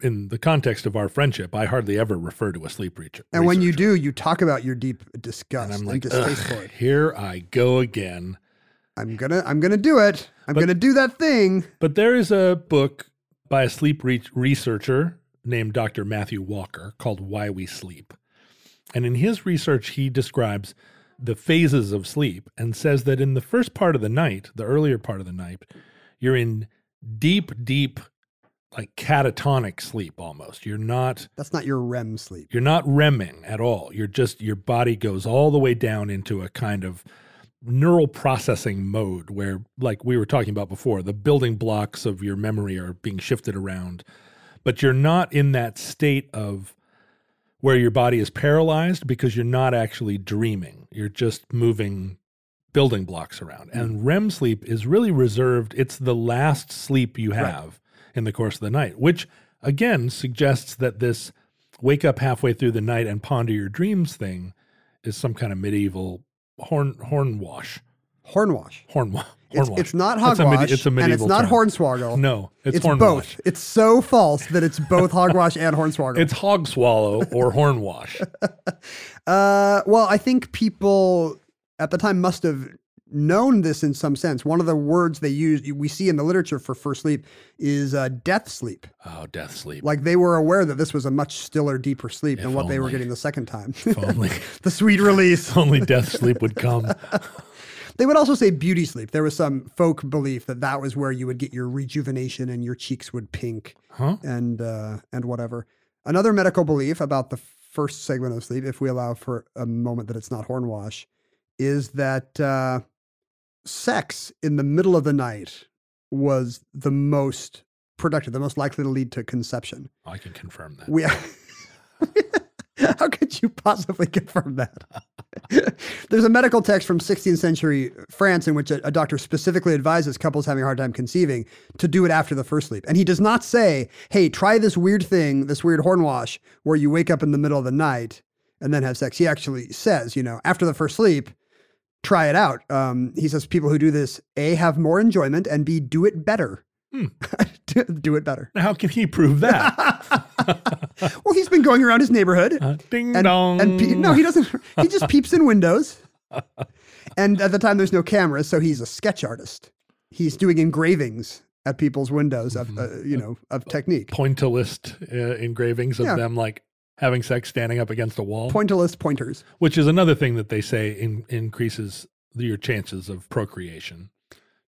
In the context of our friendship, I hardly ever refer to a sleep reacher. And when you do, researcher. you talk about your deep disgust and and, I'm like, distaste for "Ugh, it. here I go again. I'm gonna, I'm gonna do it. I'm But- gonna do that thing. But there is a book by a sleep re- researcher named Dr. Matthew Walker called Why We Sleep. And in his research, he describes the phases of sleep and says that in the first part of the night, the earlier part of the night, you're in deep, deep, like catatonic sleep almost. You're not That's not your REM sleep. you're not remming at all. You're just your body goes all the way down into a kind of neural processing mode where like we were talking about before, the building blocks of your memory are being shifted around. But you're not in that state of where your body is paralyzed because you're not actually dreaming. You're just moving building blocks around. Hmm. And REM sleep is really reserved, it's the last sleep you have in the course of the night, which again suggests that this wake up halfway through the night and ponder your dreams thing is some kind of medieval horn hornwash. Hornwash. Hornwash. It's, Hornwash. it's not That's a medi- hogwash. it's a medieval and it's not term. hornswoggle. No, it's, hornwash. both. It's so false that it's [laughs] both hogwash and hornswoggle. It's hog swallow [laughs] or hornwash. Uh, well, I think people at the time must have known this in some sense. One of the words they use, we see in the literature for first sleep, is uh, death sleep. Oh, death sleep. Like they were aware that this was a much stiller, deeper sleep than If what they were only. getting the second time. If only, the sweet release. [laughs] if only death sleep would come. They would also say beauty sleep. There was some folk belief that that was where you would get your rejuvenation and your cheeks would pink Huh? and uh, and whatever. Another medical belief about the first segment of sleep, if we allow for a moment that it's not hornwash, is that uh, sex in the middle of the night was the most productive, the most likely to lead to conception. I can confirm that. We. [laughs] How could you possibly confirm that? [laughs] There's a medical text from 16th century France in which a, a doctor specifically advises couples having a hard time conceiving to do it after the first sleep. And he does not say, hey, try this weird thing, this weird hornwash, where you wake up in the middle of the night and then have sex. He actually says, you know, after the first sleep, try it out. Um, he says people who do this, A, have more enjoyment, and B, do it better. to [laughs] do it better. Now, How can he prove that? [laughs] Well, he's been going around his neighborhood Uh, ding and, dong. and pe- no, he doesn't. He [laughs] just peeps in windows. And at the time, there's no cameras, so he's a sketch artist. He's doing engravings at people's windows Mm-hmm. of uh, you know of technique. pointillist uh, engravings of Yeah. them like having sex standing up against a wall, Pointillist pointers. which is another thing that they say in, increases your chances of procreation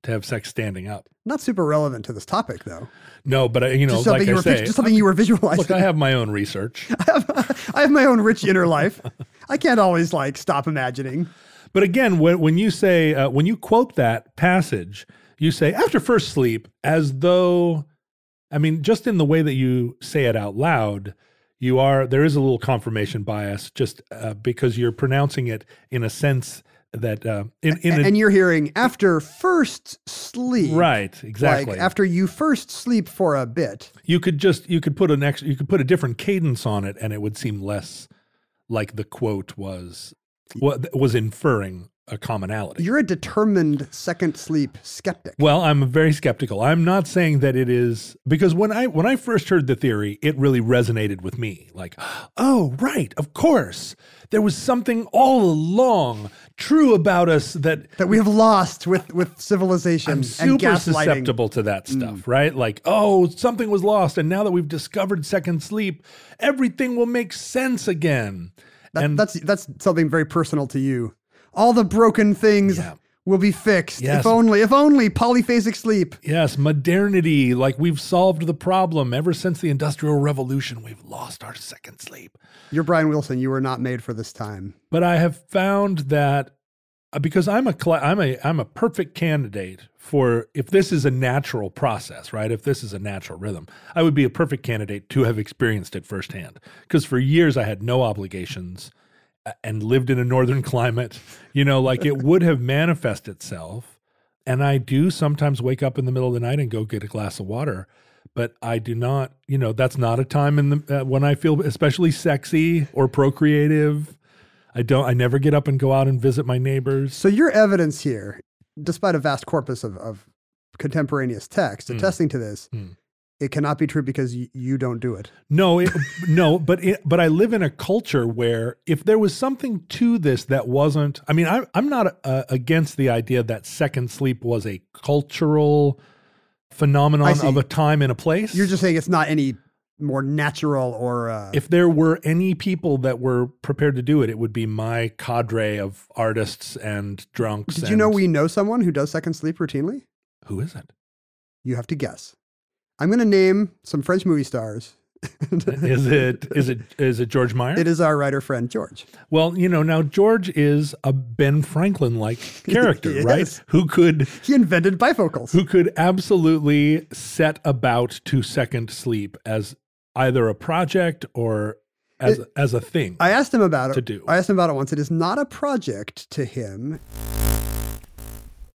to have sex standing up. Not super relevant to this topic, though. No, but I, you know, just something like you I were pict- say, just something you were visualizing. look, I have my own research. [laughs] I have my own rich inner life. I can't always like stop imagining. But again, when, when you say, uh, when you quote that passage, you say, after first sleep, as though, I mean, just in the way that you say it out loud, you are, there is a little confirmation bias just uh, because you're pronouncing it in a sense that, uh, [laughs] in, in And, a, you're hearing after first sleep. right, exactly. Like after you first sleep for a bit. you could just, you could put an extra, you could put a different cadence on it and it would seem less like the quote was, what was inferring a commonality. You're a determined second sleep skeptic. Well, I'm very skeptical. I'm not saying that it is because when I when I first heard the theory, it really resonated with me. Like, oh, right, of course. There was something all along true about us that that we have lost with with civilization I'm and super gaslighting. Mm. susceptible to that stuff, right? Like, oh, something was lost and now that we've discovered second sleep, everything will make sense again. That, and that's that's something very personal to you. All the broken things Yeah. will be fixed. Yes. If only, if only polyphasic sleep. Yes, modernity. Like we've solved the problem ever since the Industrial Revolution. We've lost our second sleep. You're Brian Wilson. You were not made for this time. but I have found that uh, because I'm a cla- I'm a I'm a perfect candidate for if this is a natural process, right? If this is a natural rhythm, I would be a perfect candidate to have experienced it firsthand. Because for years I had no obligations uh, and lived in a northern climate, you know, like it would have manifest itself. And I do sometimes wake up in the middle of the night and go get a glass of water, but I do not, you know, that's not a time in the uh, when I feel especially sexy or procreative. I don't. I never get up and go out and visit my neighbors. So your evidence here, despite a vast corpus of, of contemporaneous text Hmm. attesting to this, it cannot be true because y- you don't do it. No, it, no. But it, but I live in a culture where if there was something to this that wasn't, I mean, I, I'm not uh, against the idea that second sleep was a cultural phenomenon see. of a time and a place. You're just saying it's not any more natural or uh, if there were any people that were prepared to do it, it would be my cadre of artists and drunks. Did you and- know we know someone who does second sleep routinely? Who is it? You have to guess. I'm going to name some French movie stars. Is it is it is it George Meyer? [laughs] It is our writer friend George. Well, you know, now George is a Ben Franklin like character, [laughs] He right? is. Who could He invented bifocals. who could absolutely set about to second sleep as either a project or as as a thing. I asked him about it. To do. I asked him about it once. It is not a project to him.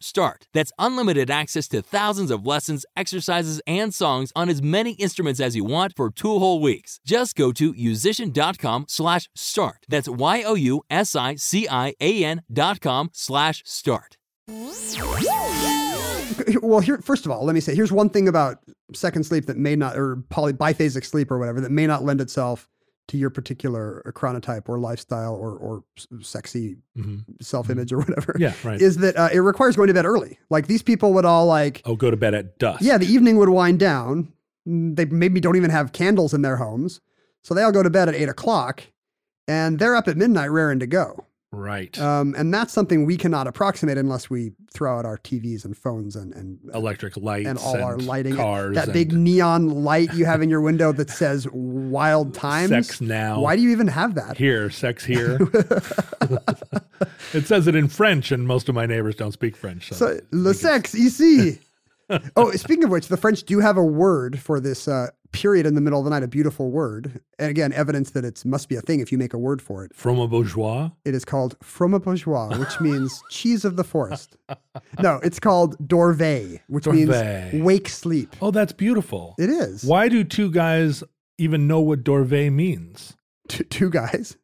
start. That's unlimited access to thousands of lessons, exercises, and songs on as many instruments as you want for two whole weeks. Just go to musician.com slash start. That's Y-O-U-S-I-C-I-A-N dot com slash start. Well, here first of all, let me say here's one thing about second sleep that may not or poly, biphasic sleep or whatever that may not lend itself to your particular chronotype or lifestyle or or s- sexy Mhm. self-image or whatever. Yeah, right. Is that uh, it requires going to bed early. Like these people would all like oh, go to bed at dusk. Yeah, the evening would wind down. Mm, They maybe don't even have candles in their homes. So they all go to bed at eight o'clock and they're up at midnight raring to go. Right. Um, and that's something we cannot approximate unless we throw out our TVs and phones and, and, Electric lights and all our lighting. cars. that and big neon light you have in your window that says wild times. [laughs] sex now. Why do you even have that? here, [laughs] sex here. it says it in French, and most of my neighbors don't speak French. So, So le sexe [laughs] ici. oh, speaking of which, the French do have a word for this uh, period in the middle of the night, a beautiful word. And again, evidence that it must be a thing if you make a word for it. from a bourgeois, It is called fromage bourgeois, [laughs] which means cheese of the forest. No, it's called dorvée, which Dorvée. means wake sleep. oh, that's beautiful. It is. Why do two guys even know what [laughs] Dorvey means? T- two [laughs] guys.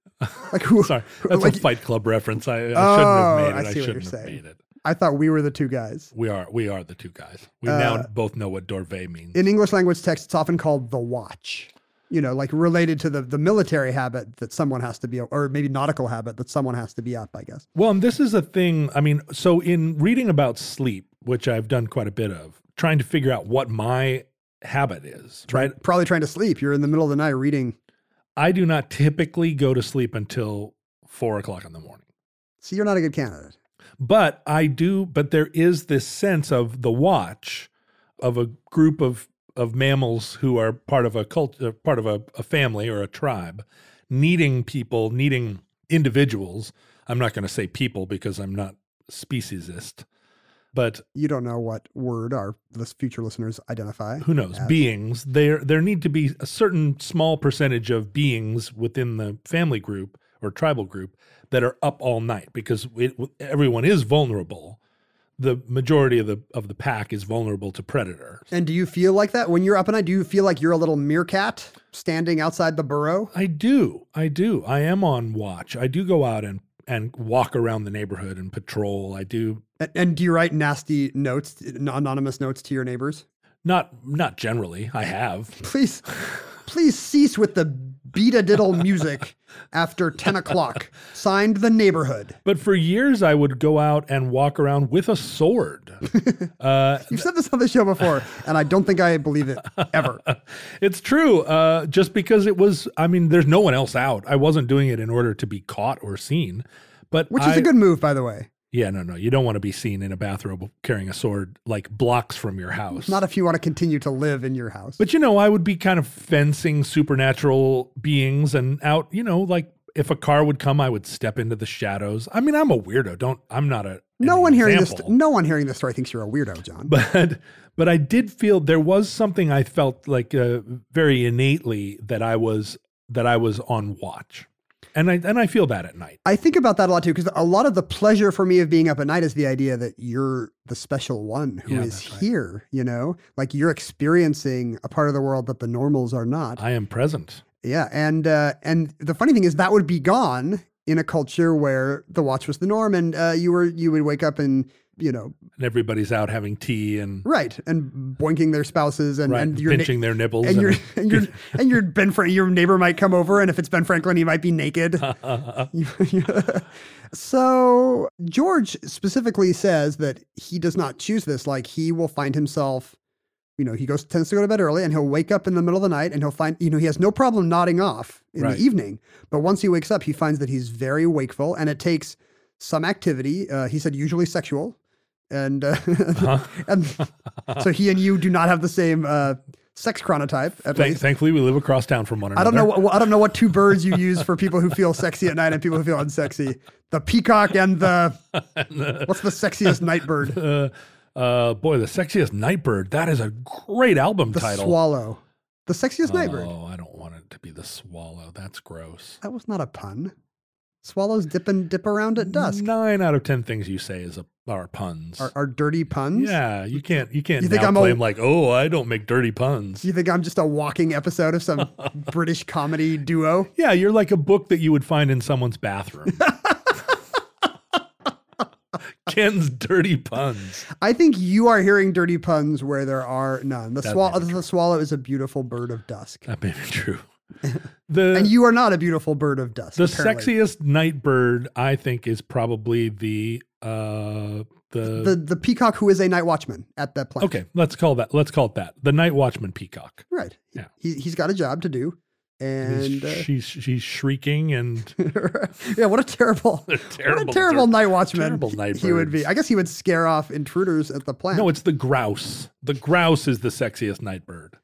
Like who? Sorry, that's like, a Fight Club reference. I, I Oh, shouldn't have made it. I I, see what shouldn't you're have saying. made it. I thought we were the two guys. We are we are the two guys. We Uh, now both know what Dorvey means. In English language text, it's often called the watch. You know, like related to the the military habit that someone has to be, or maybe nautical habit that someone has to be up. I guess. Well, and this is a thing. I mean, so in reading about sleep, which I've done quite a bit of, trying to figure out what my habit is, right? Probably trying to sleep. You're in the middle of the night reading. I do not typically go to sleep until four o'clock in the morning. See, you're not a good candidate. But I do, but there is this sense of the watch of a group of of mammals who are part of a cult, uh, part of a, a family or a tribe, needing people, needing individuals. I'm not going to say people because I'm not speciesist, but You don't know what word our lis- future listeners identify. who knows beings there there need to be a certain small percentage of beings within the family group or tribal group that are up all night because it, everyone is vulnerable the majority of the of the pack is vulnerable to predator And do you feel like that when you're up at night? Do you feel like you're a little meerkat standing outside the burrow? i do i do i am on watch i do go out and and walk around the neighborhood and patrol i do And, and do you write nasty notes, n- anonymous notes to your neighbors? not not generally i have Please, please cease with the beta diddle music after 10 o'clock. Signed the neighborhood. but for years i would go out and walk around with a sword uh, You've said this on the show before, and I don't think I believe it ever. It's true. Uh, just because it was, I mean, there's no one else out. I wasn't doing it in order to be caught or seen. But Which is a I- good move, by the way. Yeah, no, no. You don't want to be seen in a bathrobe carrying a sword like blocks from your house. Not if you want to continue to live in your house. but you know, I would be kind of fencing supernatural beings and out. You know, like if a car would come, I would step into the shadows. I mean, I'm a weirdo. Don't I'm not a no an one hearing this. example. No one hearing this story thinks you're a weirdo, John. [laughs] but but I did feel there was something I felt like uh, very innately that I was that I was on watch, and I and I feel that at night. I think about that a lot too, because a lot of the pleasure for me of being up at night is the idea that you're the special one who is Yeah, that's right. here. You know, like you're experiencing a part of the world that the normals are not. I am present. Yeah, and uh, and the funny thing is that would be gone in a culture where the watch was the norm, and uh, you were you would wake up and you know And everybody's out having tea and right and boinking their spouses and right, and your na- pinching their nipples. and your [laughs] and your and your Ben Frank your neighbor might come over, and if it's Ben Franklin, he might be naked. [laughs] so George specifically says that he does not choose this. Like he will find himself, you know, he goes tends to go to bed early, and he'll wake up in the middle of the night, and he'll find, you know, he has no problem nodding off in Right. the evening. But once he wakes up, he finds that he's very wakeful, and it takes some activity. Uh, he said usually sexual, and uh, Uh-huh. [laughs] and so he and you do not have the same uh, sex chronotype. At [laughs] Thank- least. thankfully, we live across town from one I another. don't know. What, I don't know what two birds you use for people who feel sexy at night and people who feel unsexy. The peacock and [laughs] the what's the sexiest night bird? The Uh, uh, boy, the sexiest nightbird. That is a great album title. swallow. The sexiest night bird. Oh, I don't want it to be the swallow. That's gross. That was not a pun. Swallows dip and dip around at dusk. Nine out of ten things you say is a, are puns. Are, are dirty puns? Yeah, you can't you can't You think now I'm a- claim like, oh, I don't make dirty puns. Do you think I'm just a walking episode of [laughs] some British comedy duo? Yeah, you're like a book that you would find in [laughs] someone's bathroom. Ken's dirty puns. I think you are hearing dirty puns where there are none. The, That swall- may be Uh, the swallow is a beautiful bird of dusk. That may be [laughs] true. The And you are not a beautiful bird of dusk. the apparently. sexiest night bird, I think, is probably the uh the, the the peacock who is a night watchman at that place. okay. Let's call that. Let's call it that. The night watchman peacock. right. Yeah. He he's got a job to do, and uh, she's she's shrieking and [laughs] yeah, what a [laughs] terrible, what terrible a terrible dirt- night watchman terrible night he would be. birds. I guess he would scare off intruders at the plant. no, it's the grouse. The grouse is the sexiest night bird.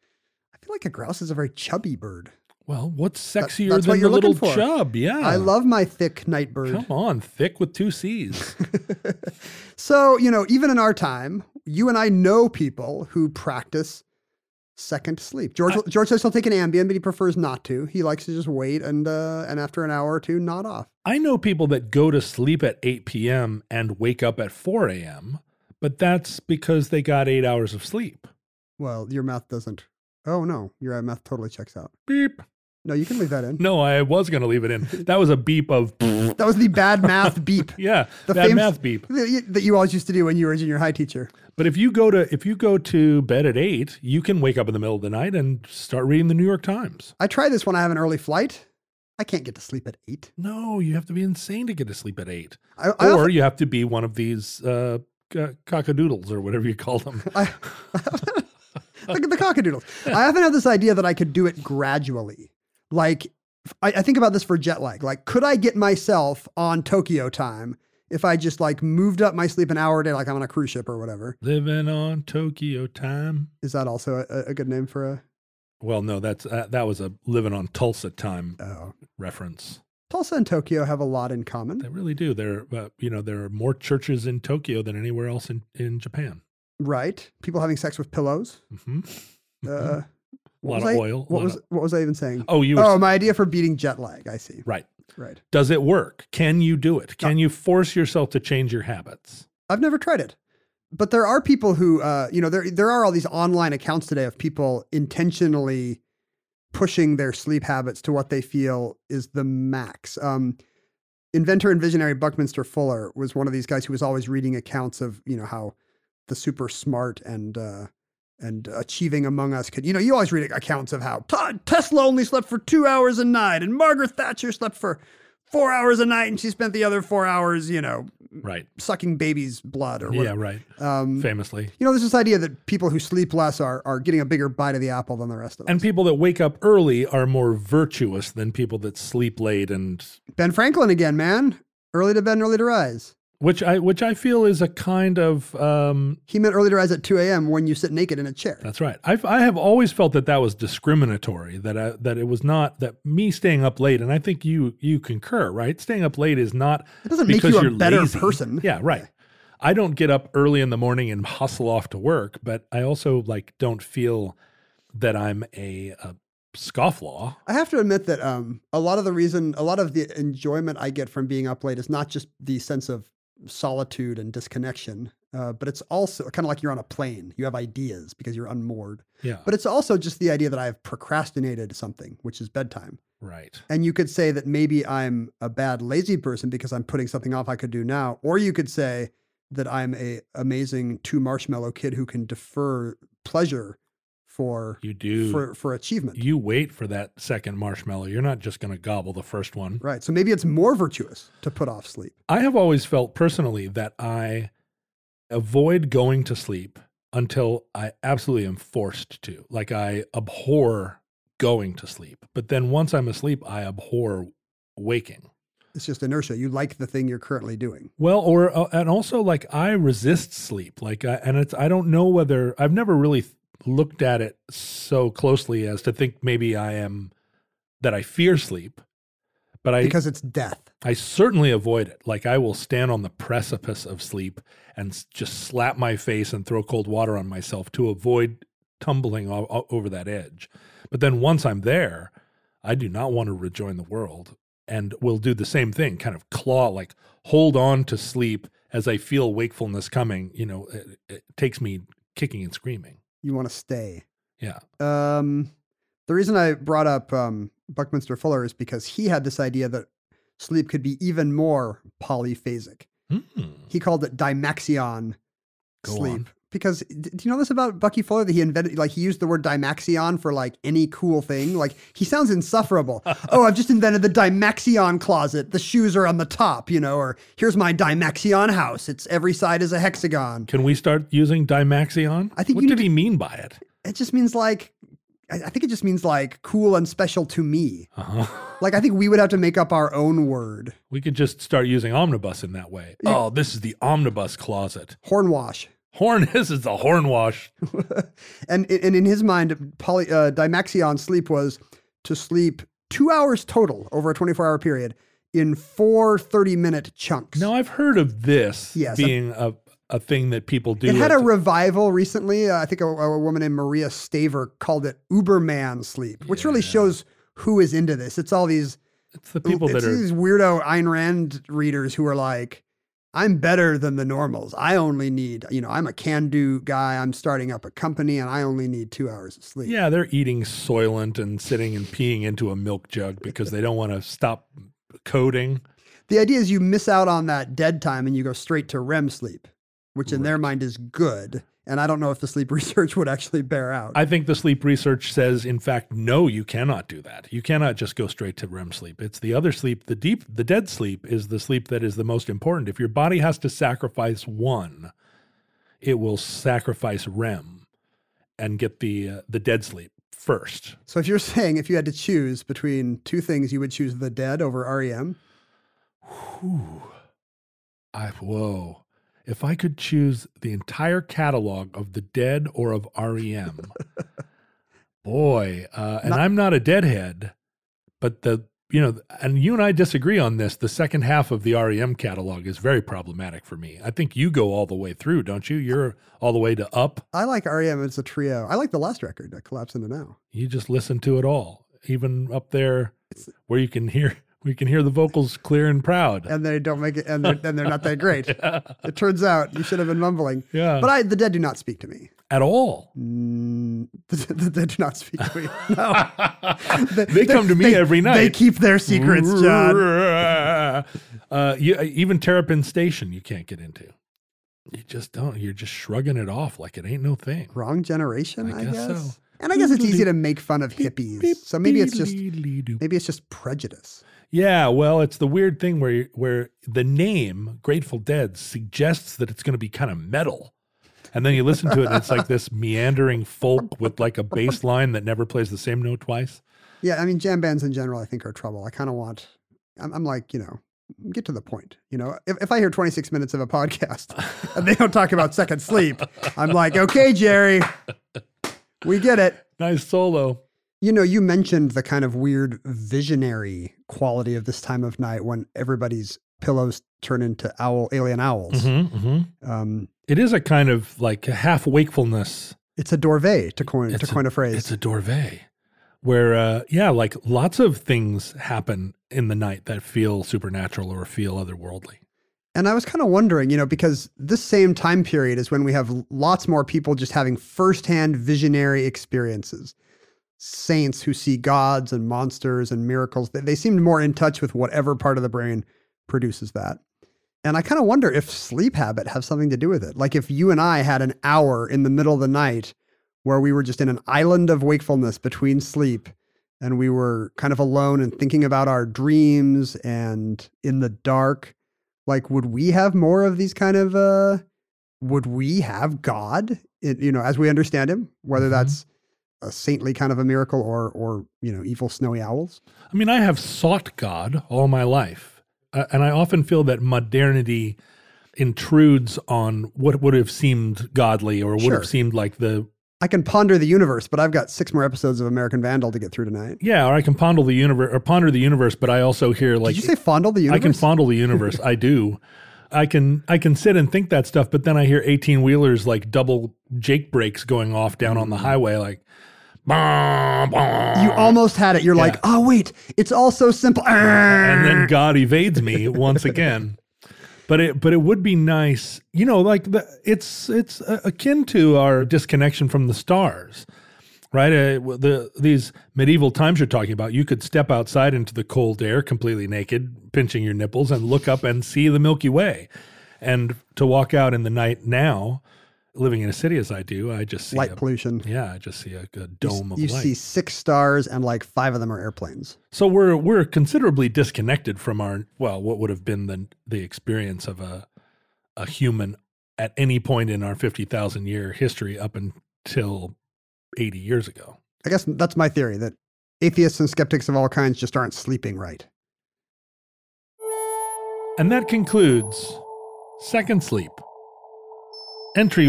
I feel like a grouse is a very chubby bird. Well, what's sexier that's what than the you're looking little for. chub? Yeah, I love my thick night Ah. Come bird. on, thick with [laughs] two C's. So you know, even in our time, you and I know people who practice second sleep. George George says he'll take an Ambien, but he prefers not to. He likes to just wait and uh, and after an hour or two, nod off. I know people that go to sleep at 8 p.m. and wake up at 4 a.m., but that's because they got eight hours of sleep. Well, your mouth doesn't. Oh no, your mouth totally checks out. Beep. No, you can leave [laughs] that in. No, I was going to leave [laughs] it in. That was a beep of, That was the bad math beep. [laughs] yeah, The that famous- math beep. that you- that you always used to do when you were a junior high teacher. But if you go to if you go to bed at 8, you can wake up in the middle of the night and start reading the New York Times. I try this when I have an early flight. I can't get to sleep at eight. No, you have to be insane to get to sleep at 8. I, I, Or often, you have to be one of these uh c- cockadoodles or whatever you call them. I, look at [laughs] the cockadoodles. I often have this idea that I could do it gradually. Like, I, I think about this for jet lag. Like, could I get myself on Tokyo time if I just like moved up my sleep an hour a day, like I'm on a cruise ship or whatever? Living on Tokyo time. Is that also a, a good name for a? Well, no, that's uh, that was a living on Tulsa time Oh, reference. Tulsa and Tokyo have a lot in common. They really do. There, uh, you know, there are more churches in Tokyo than anywhere else in in Japan. Right. People having sex with pillows. hmm Uh, lot what of was I- oil, What lot was of- what was I even saying? Oh, you were Oh, my idea for beating jet lag. I see. right. Right. Does it work? Can you do it? Uh, Can you force yourself to change your habits? I've never tried it, but there are people who, uh, you know, there there are all these online accounts today of people intentionally pushing their sleep habits to what they feel is the max. Um, inventor and visionary Buckminster Fuller was one of these guys who was always reading accounts of, you know, how the super smart and uh, and achieving among us could, you know, you always read accounts of how "T- Tesla only slept for two hours a night and Margaret Thatcher slept for four hours a night and she spent the other four hours, you know, Right. sucking babies' blood or Yeah. whatever. Right. Mm, Um, Famously, you know, there's this idea that people who sleep less are are getting a bigger bite of the apple than the rest of us. and people that wake up early are more virtuous than people that sleep late, and ben Franklin again, man. Early to bed and early to rise. which I which I feel is a kind of um, He meant early to rise at 2 a.m. when you sit naked in a chair. That's right. I've, I have always felt that that was discriminatory. That I, that it was not that me staying up late, and I think you you concur, right? Staying up late is not It doesn't make because you a you're better lazy. person. Yeah, right. I don't get up early in the morning and hustle off to work, but I also like don't feel that I'm a, a scofflaw. I have to admit that um, a lot of the reason, a lot of the enjoyment I get from being up late is not just the sense of solitude and disconnection, uh, but it's also kind of like you're on a plane. You have ideas because you're unmoored. Yeah, But it's also just the idea that I've procrastinated something, which is bedtime. right. And you could say that maybe I'm a bad lazy person because I'm putting something off I could do now, or you could say that I'm a amazing two marshmallow kid who can defer pleasure for You do. for for achievement. you wait for that second marshmallow. You're not just going to gobble the first one. right. So maybe it's more virtuous to put off sleep. I have always felt personally that I avoid going to sleep until I absolutely am forced to. Like I abhor going to sleep. But then once I'm asleep, I abhor waking. It's just inertia. You like the thing you're currently doing. Well, or uh, and also like I resist sleep. Like I, and it's I don't know whether I've never really th- looked at it so closely as to think maybe I am that I fear sleep. But I because it's death. I certainly avoid it. Like I will stand on the precipice of sleep and s- just slap my face and throw cold water on myself to avoid tumbling o- o- over that edge. But then once I'm there, I do not want to rejoin the world and will do the same thing, kind of claw like hold on to sleep as I feel wakefulness coming, you know, it, it takes me kicking and screaming. You want to stay. Yeah. Um, the reason I brought up um, Buckminster Fuller is because he had this idea that sleep could be even more polyphasic. Mm. He called it dimaxion Go sleep. on. Because d- do you know this about Bucky Fuller that he invented? Like he used the word dimaxion for like any cool thing. Like he sounds insufferable. [laughs] oh, I've just invented the dimaxion closet. The shoes are on the top, you know. Or here's my dimaxion house. It's every side is a hexagon. Can we start using Dimaxion? I think what you did need he mean by it? It just means like I I think it just means like cool and special to me. Uh-huh. Like I think we would have to make up our own word. We could just start using omnibus in that way. Oh, this is the omnibus closet. Hornwash. Horn, [laughs] this is the horn wash. and and in his mind, poly, uh, Dimaxion sleep was to sleep two hours total over a 24 hour period in four 30 minute chunks. Now, I've heard of this Yes, I- being a, a thing that people do. it had at a the- revival recently. Uh, I think a, a woman named Maria Staver called it Uberman sleep, which really shows who is into this. It's all these it's the people it's that are these weirdo Ayn Rand readers who are like, I'm better than the normals. I only need, you know, I'm a can do guy. I'm starting up a company and I only need two hours of sleep. Yeah, they're eating Soylent and sitting and peeing into a milk jug because they don't want to stop coding. The idea is you miss out on that dead time and you go straight to REM sleep, which in their mind is good. And I don't know if the sleep [laughs] research would actually bear out. I think the sleep research says, in fact, no, you cannot do that. You cannot just go straight to REM sleep. It's the other sleep, the deep, the dead sleep is the sleep that is the most important. If your body has to sacrifice one, it will sacrifice REM and get the uh, the dead sleep first. so if you're saying if you had to choose between two things, you would choose the dead over E REM. I whoa. If I could choose the entire catalog of the Dead or of [laughs] REM, boy, uh, and Not- I'm not a deadhead, but the you know, and you and I disagree on this. The second half of the REM catalog is very problematic for me. I think you go all the way through, don't you? You're all the way to up. I like REM. It's a trio. I like the last record, uh, Collapse into Now. You just listen to it all, even up there where you can hear we can hear the vocals clear and [laughs] proud. and they don't make it, and they're, and they're not that [laughs] great. It turns out you should have been mumbling. Yeah. But I, the dead do not speak to me. [laughs] At all. Mm, the, the dead do not speak to me. No. [laughs] they, come to me They- every night. They keep their secrets, John. [laughs] Uh, you, even Terrapin Station, you can't get into. You just don't. You're just shrugging it off like it ain't no thing. Wrong generation, I I, guess guess. so. And I guess it's easy to make fun of hippies. So maybe it's just Beep-beep-beep-beep-doo. maybe it's just prejudice. Yeah, well, it's the weird thing where you- where the name Grateful Dead suggests that it's going to be kind of metal. And then you listen to it and it's [laughs] like this meandering folk with like a bass line that never plays the same note twice. Yeah, I mean jam bands in general, I think are trouble. I kind of want. I'm, I'm like you know. Get to the point. You know, if, if I hear 26 minutes of a podcast [laughs] and they don't talk about second sleep, I'm like, okay, Jerry, we get it. Nice solo. You know, you mentioned the kind of weird visionary quality of this time of night when everybody's pillows turn into owl alien owls. Mhm, mhm. Um, It is a kind of like a half wakefulness it's a dorvée to coin to It's coin a It's phrase. a dorvée where, uh, yeah, like lots of things happen in the night that feel supernatural or feel otherworldly. and I was kind of wondering, you know, because this same time period is when we have lots more people just having firsthand visionary experiences. Saints who see gods and monsters and miracles. They, they seemed more in touch with whatever part of the brain produces that. And I kind of wonder if sleep habit has something to do with it. Like if you and I had an hour in the middle of the night where we were just in an island of wakefulness between sleep and we were kind of alone and thinking about our dreams and in the dark, like would we have more of these kind of uh would we have God, it, you know, as we understand him, whether Mhm. that's a saintly kind of a miracle or or you know, evil snowy owls? I mean, I have sought God all my life, uh, and I often feel that modernity intrudes on what would have seemed godly or would Sure. have seemed like the I can ponder the universe, but I've got six more episodes of American Vandal to get through tonight. yeah, or I can ponder the universe or ponder the universe, but I also hear like Did you say fondle the universe? I can fondle [laughs] the universe. I do. I can I can sit and think that stuff, but then I hear eighteen wheelers like double Jake brakes going off down on the Mm. highway, like "Bah, bah." You almost had it. You're like, oh wait, it's all so simple. "Ah." and then God evades me once again. But it but it would be nice, you know, like the, it's it's uh, akin to our disconnection from the stars, right? Uh, w- the these medieval times you're talking about, you could step outside into the cold air completely naked, pinching your nipples, and look up and see the Milky Way. And to walk out in the night now, living in a city as I do, I just see light a- pollution. Yeah, I just see a, a You s- dome of you light. see six stars and like five of them are airplanes. So we're we're considerably disconnected from our well, what would have been the the experience of a a human at any point in our fifty thousand year history up until eighty years ago. I guess that's my theory that atheists and skeptics of all kinds just aren't sleeping right. And that concludes Second Sleep. Entry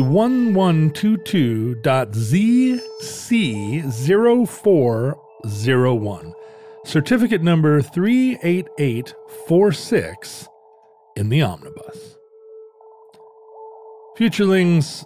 1122.ZC0401. Certificate number 38846 in the omnibus. Futurelings,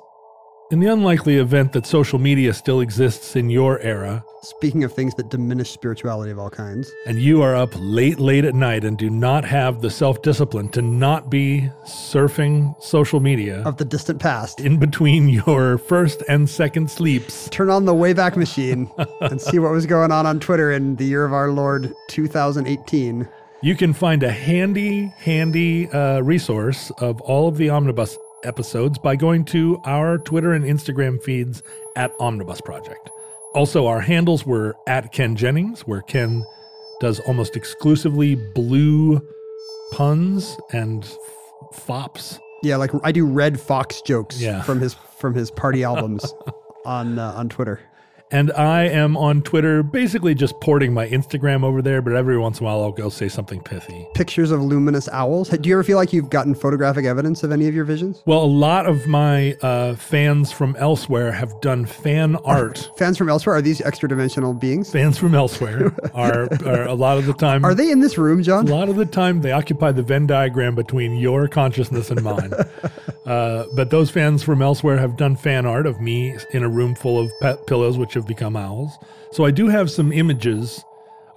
in the unlikely event that social media still exists in your era, Speaking of things that diminish spirituality of all kinds, and you are up late, late at night and do not have the self discipline to not be surfing social media of the distant past, in between [laughs] your first and second sleeps, turn on the Wayback Machine and see what was going on on Twitter in the year of our Lord 2018. you can find a handy, handy uh, resource of all of the Omnibus episodes by going to our Twitter and Instagram feeds at Omnibus Project. Also, our handles were at Ken Jennings, where Ken does almost exclusively blue puns and f- fops. Yeah, like I do Red Fox jokes Yeah. from his from his [laughs] party albums on uh, on Twitter. And I am on Twitter, basically just porting my Instagram over there, but every once in a while I'll go say something pithy. Pictures of luminous owls. Do you ever feel like you've gotten photographic evidence of any of your visions? Well, a lot of my uh, fans from elsewhere have done fan art. Fans from elsewhere are these extra dimensional beings? fans [laughs] from elsewhere are, are a lot of the time. Are they in this room, A John? lot of the time, they occupy the Venn diagram between your consciousness and [laughs] mine. uh, but those fans from elsewhere have done fan art of me in a room full of pet pillows, which have become owls. So I do have some images,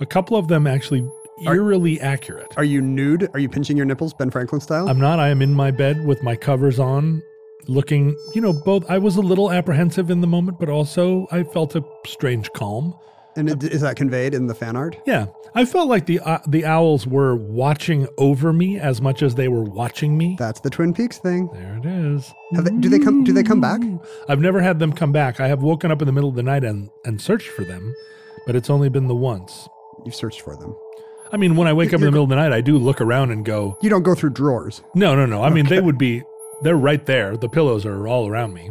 a couple of them actually eerily accurate. Are you nude? Are you pinching your nipples, Ben Franklin style? I'm not. I am in my bed with my covers on, looking, you know, both. I was a little apprehensive in the moment, but also I felt a strange calm. and it, is that conveyed in the fan art? Yeah. I felt like the uh, the owls were watching over me as much as they were watching me. That's the Twin Peaks thing. There it is. Have they, do they come? Do they come back? I've never had them come back. I have woken up in the middle of the night and, and searched for them, but it's only been the once. You've searched for them. I mean, when I wake up in the You're- middle of the night, I do look around and go, You don't go through drawers. No, no, no. I mean, they would be. They're right there. The pillows are all around me.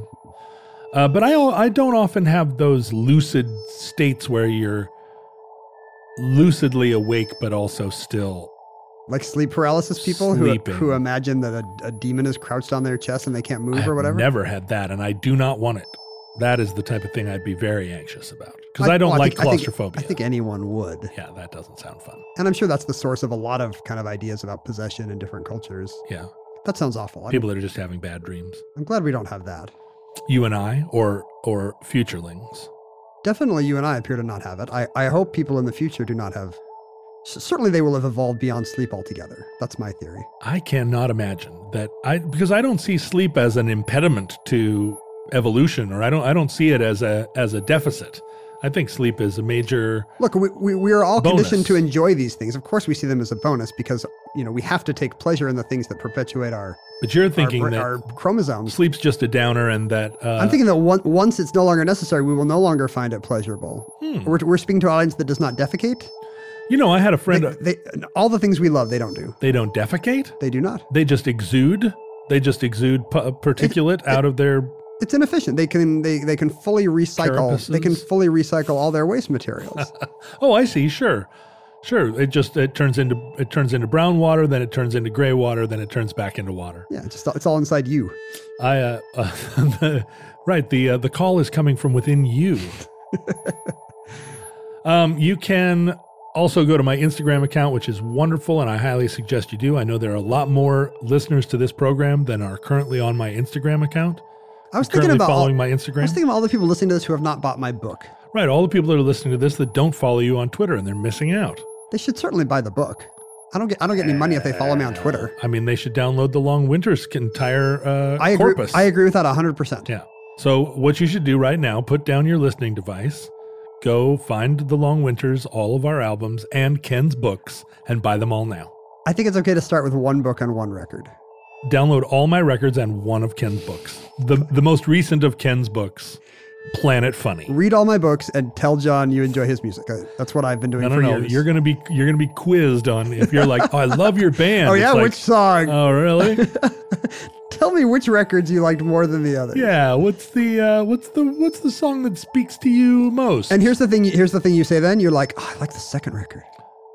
Uh, but I, I don't often have those lucid states where you're lucidly awake but also still. Like sleep paralysis people who, Sleeping. who imagine that a, a demon is crouched on their chest and they can't move I or have whatever. never had that, and I do not want it. That is the type of thing I'd be very anxious about because I, don't well, like think- I think- claustrophobia. I think, anyone would. yeah, that doesn't sound fun. And I'm sure that's the source of a lot of kind of ideas about possession in different cultures. Yeah, That sounds awful. I'm, people that are just having bad dreams. I'm glad we don't have that. You and I, or or futurelings. Definitely you and I appear to not have it. I, I hope people in the future do not have. s- Certainly they will have evolved beyond sleep altogether. That's my theory. I cannot imagine that I because I don't see sleep as an impediment to evolution or I don't I don't see it as a as a deficit. I think sleep is a major Look, we, we, we are all Bonus. conditioned to enjoy these things. Of course, we see them as a bonus because, you know, we have to take pleasure in the things that perpetuate our, but you're our, thinking bra- that our chromosomes. sleep's just a downer and that uh, I'm thinking that on- once it's no longer necessary, we will no longer find it pleasurable. Hmm. We're, we're speaking to an audience that does not defecate. you know I had a They, friend uh, they, all the things we love, they don't do. they don't defecate. They do not. They just exude they just exude p- uh, particulate out of their It's inefficient. They can they, they can fully recycle. They can Carapaces? fully recycle all their waste [laughs] materials. Oh, I see, sure. Sure, it just it turns into it turns into brown water, then it turns into gray water, then it turns back into water. yeah, it's just all- it's all inside you. I uh, uh [laughs] the, right the uh, the call is coming from within [laughs] you. um, you can also go to my Instagram account, which is wonderful, and I highly suggest you do. I know there are a lot more listeners to this program than are currently on my Instagram account. I was thinking currently about all, following my I Instagram. was thinking about all the people listening to this who have not bought my book. right, all the people that are listening to this that don't follow you on Twitter and they're missing out. They should certainly buy the book. I don't get I don't get any money if they follow me on Twitter. I mean, they should download the Long Winter's entire uh, I agree. corpus. I agree with that hundred percent. Yeah. So what you should do right now, put down your listening device, go find the Long Winters, all of our albums, and Ken's books, and buy them all now. I think it's okay to start with one book on one record. Download all my records and one of Ken's books. The the most recent of Ken's books, Planet Funny. Read all my books and tell John you enjoy his music. I- That's what I've been doing No, no, for no. years. You're gonna be you're gonna be quizzed on if you're like, oh, I love your band. oh It's yeah, [laughs] like, which song? Oh really? Tell me which records you liked more than the other. Yeah, what's the uh, what's the what's the song that speaks to you most? And here's the thing. Here's the thing you say. Then you're like, oh, I like the second record.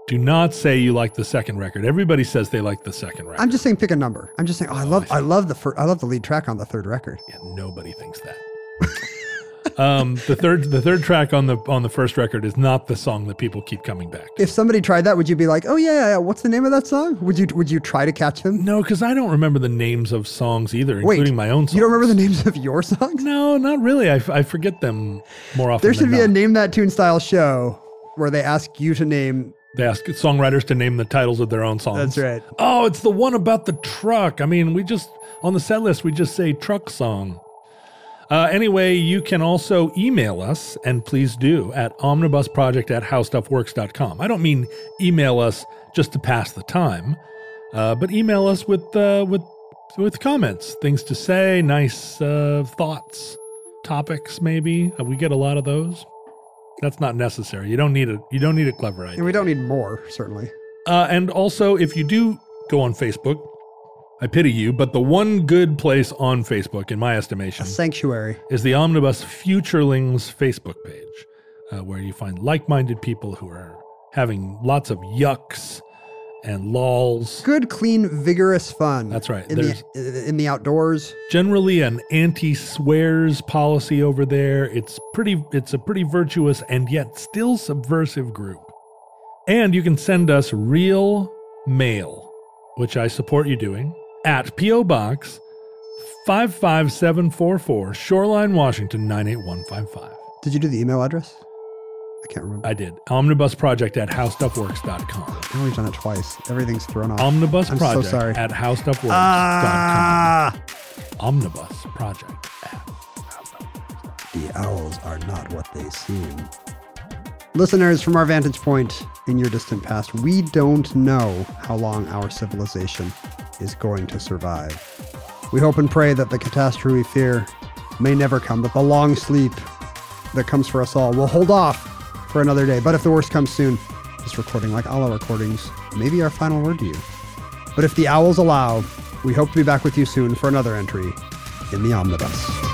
Do not say you like the second record. Everybody says they like the second record. I'm just saying, pick a number. I'm just saying, oh, I love, I, love the, fir- I love the lead track on the third record. Yeah, nobody thinks that. um, the third the third track on the on the first record is not the song that people keep coming back. to. If somebody tried that, would you be like, oh yeah, yeah, yeah, what's the name of that song? Would you, would you try to catch them? No, because I don't remember the names of songs either, Wait, including my own. Songs. You don't remember the names of your songs? No, not really. I, f- I forget them more often. There should than be a not. name that tune style show where they ask you to name. They ask songwriters to name the titles of their own songs. That's right. Oh, it's the one about the truck. I mean, we just on the set list we just say truck song. Uh, anyway, you can also email us, and please do, at omnibusproject at howstuffworks.com. I don't mean email us just to pass the time, uh, but email us with uh, with with comments, things to say, nice uh, thoughts, topics. Maybe Uh, we get a lot of those. That's not necessary. You don't need a you don't need a clever idea. And we don't need more, certainly. Uh, and also, if you do go on Facebook, I pity you, but the one good place on Facebook, in my A estimation, sanctuary. is the Omnibus Futurelings Facebook page, uh, where you find like minded people who are having lots of yucks and lols. Good, clean, vigorous fun. That's right. In, the, in the outdoors. Generally, an anti swears policy over there. It's pretty. It's a pretty virtuous and yet still subversive group. And you can send us real mail, which I support you doing, at P.O. Box 55744, Shoreline, Washington 98155. Did you do the email address? I can't remember. I did. Omnibus Project at howstuffworks.com. I've only done it twice. Everything's thrown off. Omnibus I'm so Project sorry. at howstuffworks.com. Ah! Omnibus Project at The owls are not what they seem. Listeners, from our vantage point in your distant past, we don't know how long our civilization is going to survive. We hope and pray that the catastrophe we fear may never come, that the long sleep that comes for us all will hold off for another day. But if the worst comes soon, this recording, like all our recordings, may be our final word to you. But if the owls allow, we hope to be back with you soon for another entry in the Omnibus.